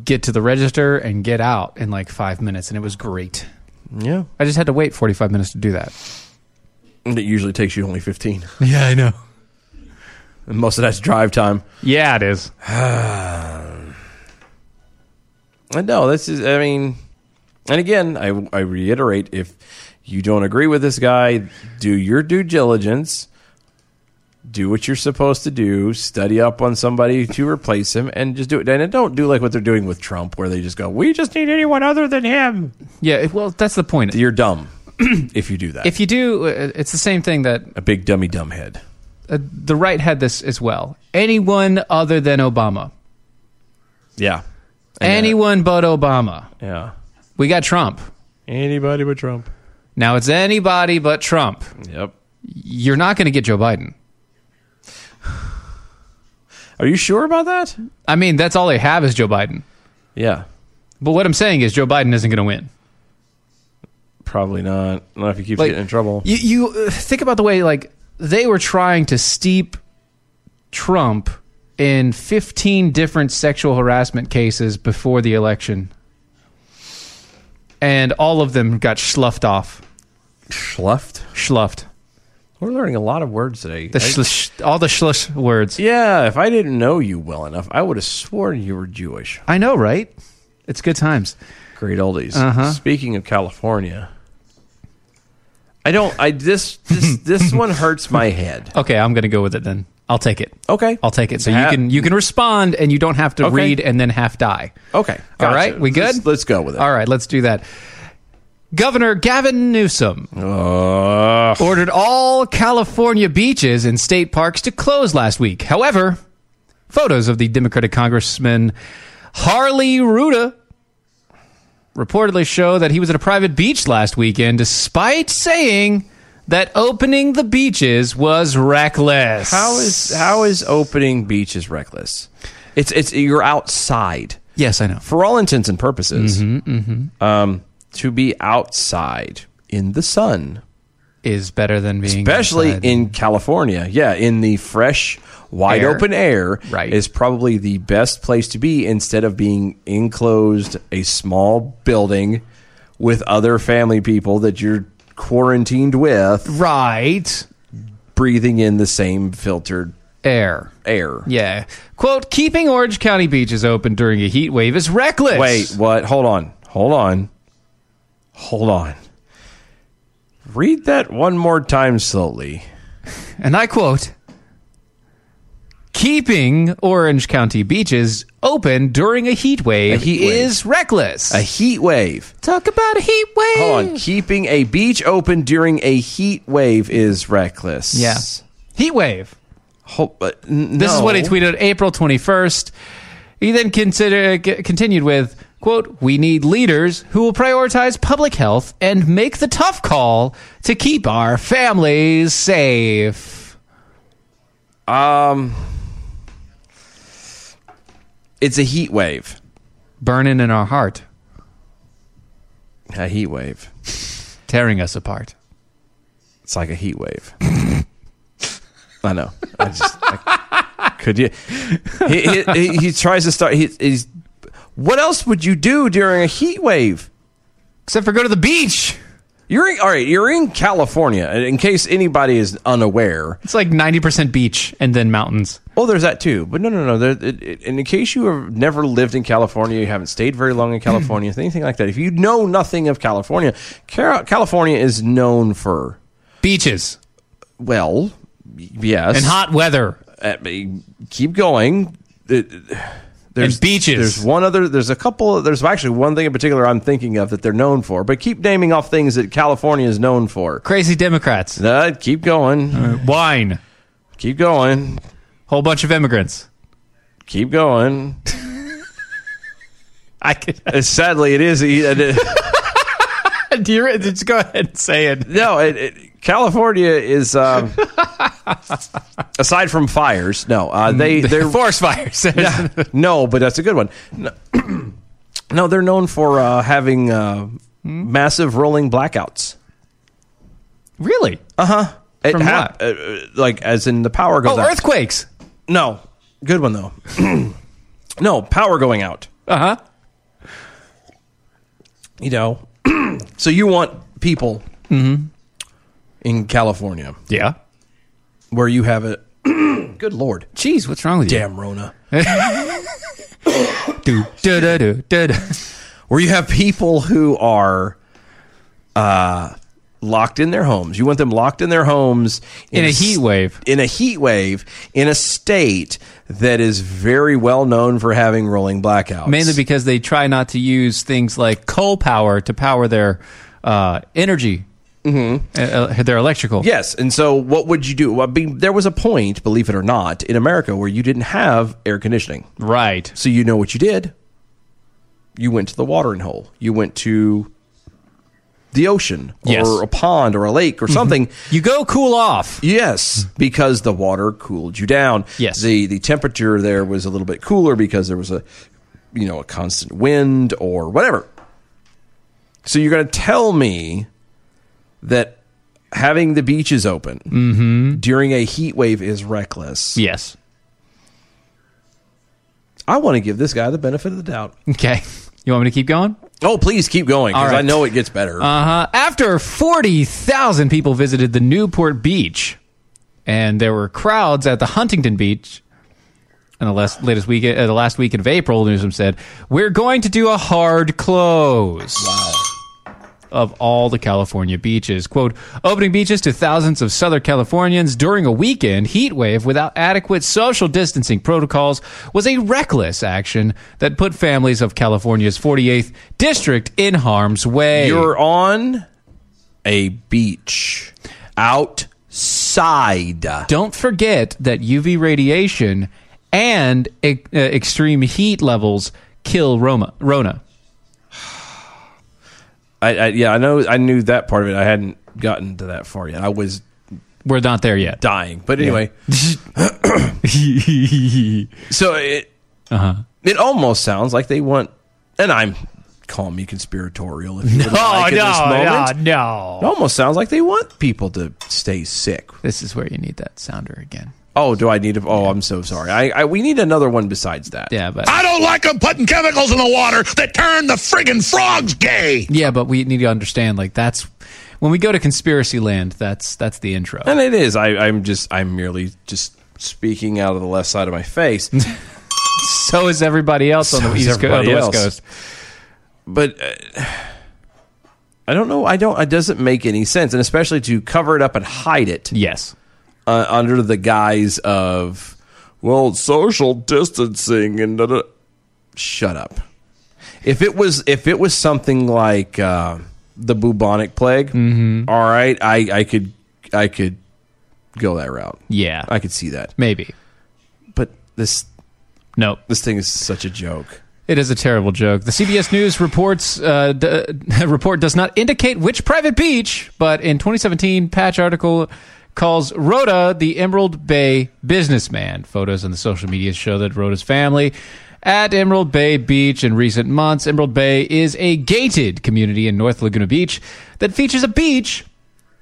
D: get to the register, and get out in like five minutes, and it was great.
E: Yeah,
D: I just had to wait forty five minutes to do that.
E: And it usually takes you only fifteen.
D: Yeah, I know.
E: And most of that's drive time.
D: Yeah, it is.
E: I know. Uh, This is. I mean, and again, I I reiterate: if you don't agree with this guy, do your due diligence. Do what you're supposed to do. Study up on somebody to replace him, and just do it. And don't do like what they're doing with Trump, where they just go, "We just need anyone other than him."
D: Yeah, it- well, that's the point.
E: You're dumb if you do that.
D: If you do, uh, it's the same thing that
E: a big dummy dumb head.
D: uh, the right had this as well. Anyone other than Obama.
E: Yeah.
D: Anyone but Obama.
E: Yeah.
D: We got Trump.
E: Anybody but Trump.
D: Now it's anybody but Trump.
E: Yep.
D: You're not going to get Joe Biden.
E: Are you sure about that?
D: I mean, that's all they have is Joe Biden.
E: Yeah.
D: But what I'm saying is Joe Biden isn't going to win.
E: Probably not. Not if he keeps
D: Like,
E: getting in trouble.
D: You, you uh, think about the way like they were trying to steep Trump in 15 different sexual harassment cases before the election, and all of them got sloughed off.
E: Schluffed.
D: Schluffed.
E: We're learning a lot of words today.
D: The
E: I-
D: schlush, all the schlush words.
E: yeah, if I didn't know you well enough, I would have sworn you were Jewish.
D: I know, right? It's good times.
E: Great oldies.
D: Uh-huh.
E: Speaking of California, I don't. I this this this one hurts my head.
D: Okay, I'm going to go with it then. I'll take it.
E: Okay,
D: I'll take it. So
E: Ha-
D: you can you can respond, and you don't have to
E: Okay.
D: read and then half die.
E: Okay,
D: All
E: gotcha.
D: right, we good?
E: Let's, let's go with it.
D: All right, let's do that. Governor Gavin Newsom
E: Uh,
D: ordered all California beaches and state parks to close last week. However, photos of the Democratic Congressman Harley Ruda reportedly show that he was at a private beach last weekend, despite saying that opening the beaches was reckless.
E: How is how is opening beaches reckless? It's it's you're outside.
D: Yes, I know.
E: For all intents and purposes, um, to be outside in the sun
D: is better than being
E: especially
D: outside.
E: in California. Yeah, in the fresh, wide
D: Air.
E: open air right. is probably the best place to be instead of being enclosed a small building with other family people that you're quarantined with.
D: Right.
E: Breathing in the same filtered
D: air.
E: Air.
D: Yeah. Quote, keeping Orange County beaches open during a heat wave is reckless.
E: Wait, what? Hold on. Hold on. Hold on. Read that one more time slowly.
D: And I quote Keeping Orange County beaches open during a heat wave,
E: A heat wave.
D: is reckless.
E: A heat wave.
D: Talk about a heat wave.
E: Hold on. Keeping a beach open during a heat wave is reckless.
D: Yeah. Heat wave.
E: Ho- but n-
D: This is
E: no.
D: what he tweeted April 21st. He then consider, c- continued with, quote, we need leaders who will prioritize public health and make the tough call to keep our families safe.
E: Um, it's a heat wave.
D: Burning in our heart.
E: A heat wave.
D: Tearing us apart.
E: It's like a heat wave. I know. I just I- could you. He, he, he tries to start. He, he's. What else would you do during a heat wave?
D: Except for go to the beach.
E: You're in, all right. You're in California. In case anybody is unaware,
D: It's like 90% beach and then mountains.
E: Oh, there's that too. But no, no, no. There, it, it, and in case you have never lived in California, you haven't stayed very long in California, anything like that. If you know nothing of California, Car- California is known for
D: beaches.
E: Well, y- yes,
D: And hot weather.
E: I mean, keep going. It- it- there's
D: And beaches.
E: There's one other. There's a couple. There's actually one thing in particular I'm thinking of that they're known for. But keep naming off things that California is known for.
D: Crazy Democrats.
E: Uh, keep going.
D: wine.
E: Keep going.
D: Whole bunch of immigrants.
E: Keep going. Uh,
D: I could.
E: Sadly, it is. e- it- it-
D: Do you, just go ahead and say it.
E: No, it, it, California is um, aside from fires. No, uh, they
D: Mm.
E: they're
D: forest fires.
E: Yeah, no, but that's a good one. No, no, they're known for uh, having uh,
D: Hmm?
E: massive rolling blackouts.
D: Really?
E: Uh huh. It
D: From
E: hap- uh, uh, like as in the power goes.
D: Oh,
E: out.
D: earthquakes.
E: No, good one though. no, power going out.
D: Uh huh.
E: You know, so you want people
D: Mm-hmm.
E: in California,
D: yeah,
E: where you have a good lord.
D: Jeez, what's wrong with you?
E: Damn, Rona.
D: do, do, do, do, do, do.
E: where you have people who are uh, locked in their homes. You want them locked in their homes
D: In a
E: s-
D: heat wave.
E: In a heat wave in a state that is very well known for having rolling blackouts.
D: Mainly because they try not to use things like coal power to power their uh, energy, mm-hmm. uh, uh, their electrical.
E: Yes, and so what would you do? Well, I mean, there was a point, believe it or not, in America where you didn't have air conditioning.
D: Right.
E: So you know what you did? You went to the watering hole. You went to the ocean or
D: Yes.
E: a pond or a lake or something.
D: You go cool off.
E: Yes, because the water cooled you down. Yes. The the temperature there was a little bit cooler because there was a you know, a constant wind or whatever. So you're going to tell me that having the beaches open
D: Mm-hmm.
E: during a heat wave is reckless.
D: Yes.
E: I want to give this guy the benefit of the doubt.
D: Okay. You want me to keep going?
E: Oh, please keep going because
D: All right.
E: I know it gets better.
D: Uh huh. After 40,000 people visited the Newport Beach, and there were crowds at the Huntington Beach. And the last, latest week, uh, the last weekend of April, Newsom said, "We're going to do a hard close." Of all the California beaches, quote, opening beaches to thousands of Southern Californians during a weekend heat wave without adequate social distancing protocols was a reckless action that put families of California's 48th district in harm's way.
E: You're on a beach outside.
D: Don't forget that UV radiation and e- uh, extreme heat levels kill Roma, Rona.
E: I, I yeah, I know I knew that part of it. I hadn't gotten to that far yet. I was
D: We're not there yet.
E: dying, but anyway. so it
D: Uh-huh.
E: it almost sounds like they want, and I'm call me conspiratorial if you
D: Oh,
E: would like at this moment.
D: no.
E: It almost sounds like they want people to stay sick.
D: This is where you need that sounder again.
E: Oh, do I need to? Oh, I'm so sorry. I, I we need another one besides that.
D: Yeah, but
N: I don't like them putting chemicals in the water that turn the friggin' frogs gay.
D: Yeah, but we need to understand like that's when we go to conspiracy land, that's that's the intro.
E: and it is. I, I'm just. I'm merely just speaking out of the left side of my face.
D: So is everybody else on
E: So
D: the
E: is
D: East Coast, on
E: everybody
D: the West
E: else.
D: Coast.
E: but uh, I don't know. I don't. It doesn't make any sense, and especially to cover it up and hide it.
D: Yes,
E: uh, under the guise of well, social distancing and da-da. shut up. If it was, if it was something like uh, the bubonic plague, all right, I, I could, I could go that route.
D: Yeah,
E: I could see that.
D: maybe.
E: But this,
D: nope,
E: this thing is such a joke.
D: It is a terrible joke. The CBS News reports uh, d- report does not indicate which private beach, but in 2017, Patch article calls Rhoda the Emerald Bay businessman. Photos on the social media show that Rhoda's family at Emerald Bay Beach in recent months. Emerald Bay is a gated community in North Laguna Beach that features a beach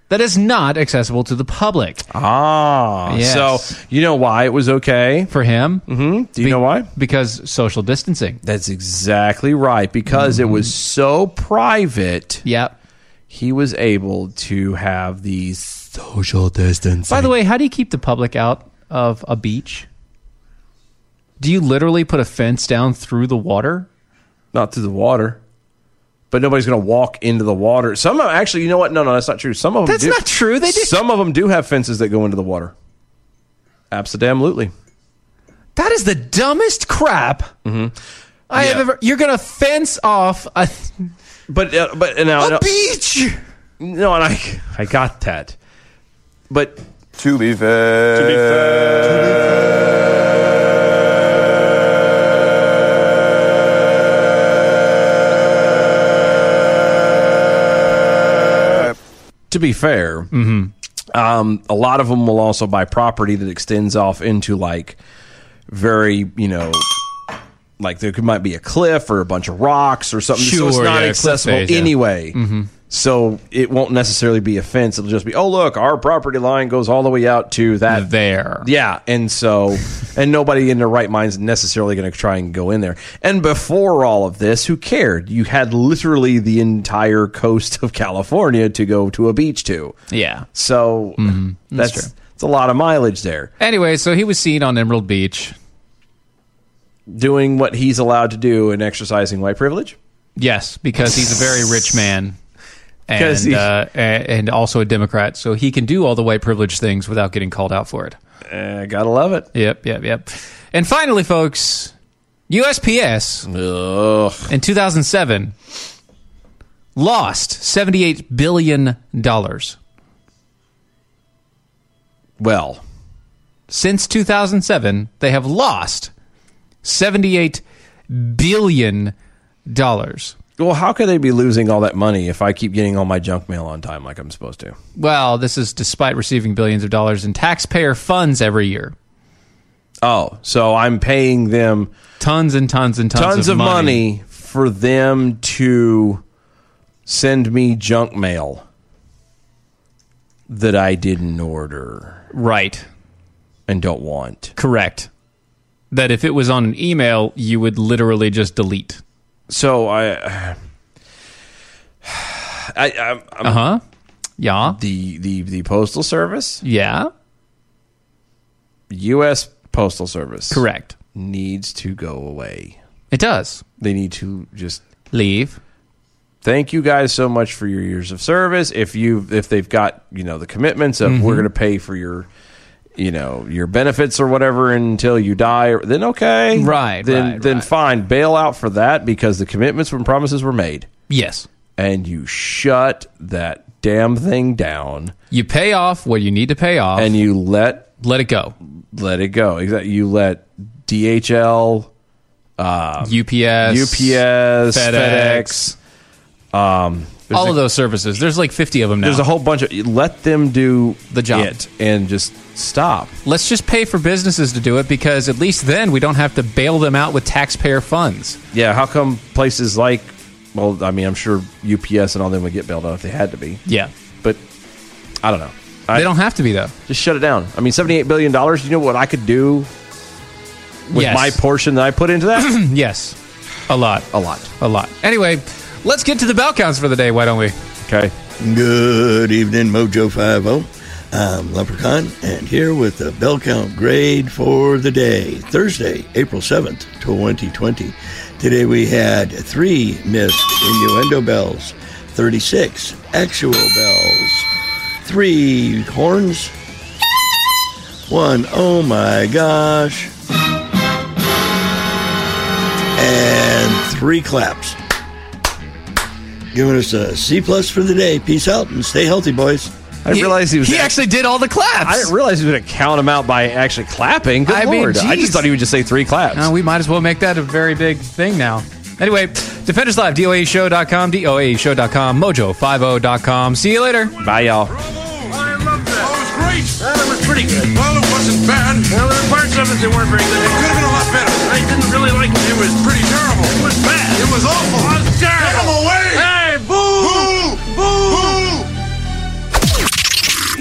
D: that is not accessible to the public.
E: Ah, so you know why it was okay
D: for him?
E: Mm-hmm. Do you know why?
D: Because social distancing.
E: That's exactly right. Because it
D: Mm-hmm.
E: was so private.
D: Yep.
E: He was able to have these social distancing.
D: By the way, how do you keep the public out of a beach? Do you literally put a fence down through the water?
E: Not through the water. But nobody's going to walk into the water. Some of actually, you know what? No, no, that's not true. Some of them
D: That's
E: do.
D: not true. They do-
E: Some of them do have fences that go into the water. Absolutely.
D: That is the dumbest crap
E: Mm-hmm.
D: I have
E: Yeah.
D: ever. You're gonna fence off a
E: But uh, but and now
D: A beach.
E: No, and I I got that. But
O: to be fair, to be fair,
E: to be fair,
D: Mm-hmm.
E: um, a lot of them will also buy property that extends off into like very, you know, like there could, might be a cliff or a bunch of rocks or something. so it's
D: Sure,
E: not
D: yeah, cliff
E: accessible
D: phase, yeah.
E: anyway.
D: Mhm.
E: So it won't necessarily be a fence. It'll just be, oh, look, our property line goes all the way out to that.
D: Uh, There.
E: Yeah. And so, and nobody in their right mind's necessarily going to try and go in there. And before all of this, who cared? You had literally the entire coast of California to go to a beach to.
D: yeah.
E: So Mm-hmm. that's,
D: That's
E: that's
D: true.
E: a lot of mileage there.
D: Anyway, so he was seen on Emerald Beach.
E: Doing what he's allowed to do and exercising white privilege.
D: Yes, because he's a very rich man,
E: 'Cause
D: and
E: he-
D: uh, a- and also a Democrat, so he can do all the white privilege things without getting called out for it.
E: Uh, gotta love it.
D: Yep, yep, yep. And finally, folks, USPS in 2007 lost 78 billion dollars.
E: Well,
D: since 2007, they have lost 78 billion dollars.
E: Well, how could they be losing all that money if I keep getting all my junk mail on time like I'm supposed to?
D: Well, this is despite receiving billions of dollars in taxpayer funds every year.
E: Oh, so I'm paying them
D: tons and tons and tons,
E: Tons, of, money. for them to send me junk mail that I didn't order.
D: Right.
E: And don't want.
D: Correct. That if it was on an email, you would literally just delete.
E: So I I, I'm, I'm
D: Uh huh. Yeah.
E: The the the postal service.
D: Yeah.
E: U.S. Postal Service.
D: Correct.
E: Needs to go away.
D: It does.
E: They need to just
D: leave.
E: Thank you guys so much for your years of service. If you if they've got you know the commitments of
D: Mhm.
E: we're going to pay for your you know your benefits or whatever until you die, then okay,
D: Right,
E: Then
D: right,
E: then fine, bail out for that because the commitments and promises were made.
D: Yes.
E: and you shut that damn thing down.
D: You pay off what you need to pay off,
E: and you let
D: let it go.
E: Let it go. Exactly. You let DHL, um,
D: UPS,
E: UPS,
D: FedEx.
E: FedEx. Um, There's
D: all
E: a-
D: of those services. There's like 50 of them now.
E: There's a whole bunch of let them do
D: the job
E: it and just stop.
D: Let's just pay for businesses to do it because at least then we don't have to bail them out with taxpayer funds.
E: Yeah, how come places like, well, I mean, I'm sure UPS and all them would get bailed out if they had to be.
D: Yeah.
E: But I don't know.
D: they don't have to be, though.
E: Just shut it down. I mean, $78 billion, you know what I could do with
D: Yes.
E: my portion that I put into that?
D: yes. A lot.
E: A lot.
D: A lot. Anyway, let's get to the bell counts for the day, why don't we?
E: Okay.
J: Good evening, Mojo oh. 50. I'm Leprechaun, and here with the bell count grade for the day, Thursday, April 7th, 2020. Today we had three missed innuendo bells, 36 actual bells, three horns, one oh my gosh, and three claps giving us a C plus for the day. Peace out and stay healthy, boys.
E: I didn't realize he was.
D: actually did all the claps.
E: I didn't realize he was going to count them out by actually clapping. Good
D: I mean,
E: lord. I
D: jeez.
E: just thought he would just say three claps.
D: Uh, we might as well make that a very big thing now. Anyway, Defenders Live, DOAshow.com, DOAshow.com, Mojo50.com. See you later.
E: Bye, y'all.
A: great. it was pretty good. Well, it wasn't bad. Well, there were parts of it that weren't very good. It could have been a lot better. I didn't really like it. It was pretty terrible. It was bad. It was awful. It was terrible. Get him away! Hey, Boo! boo! boo!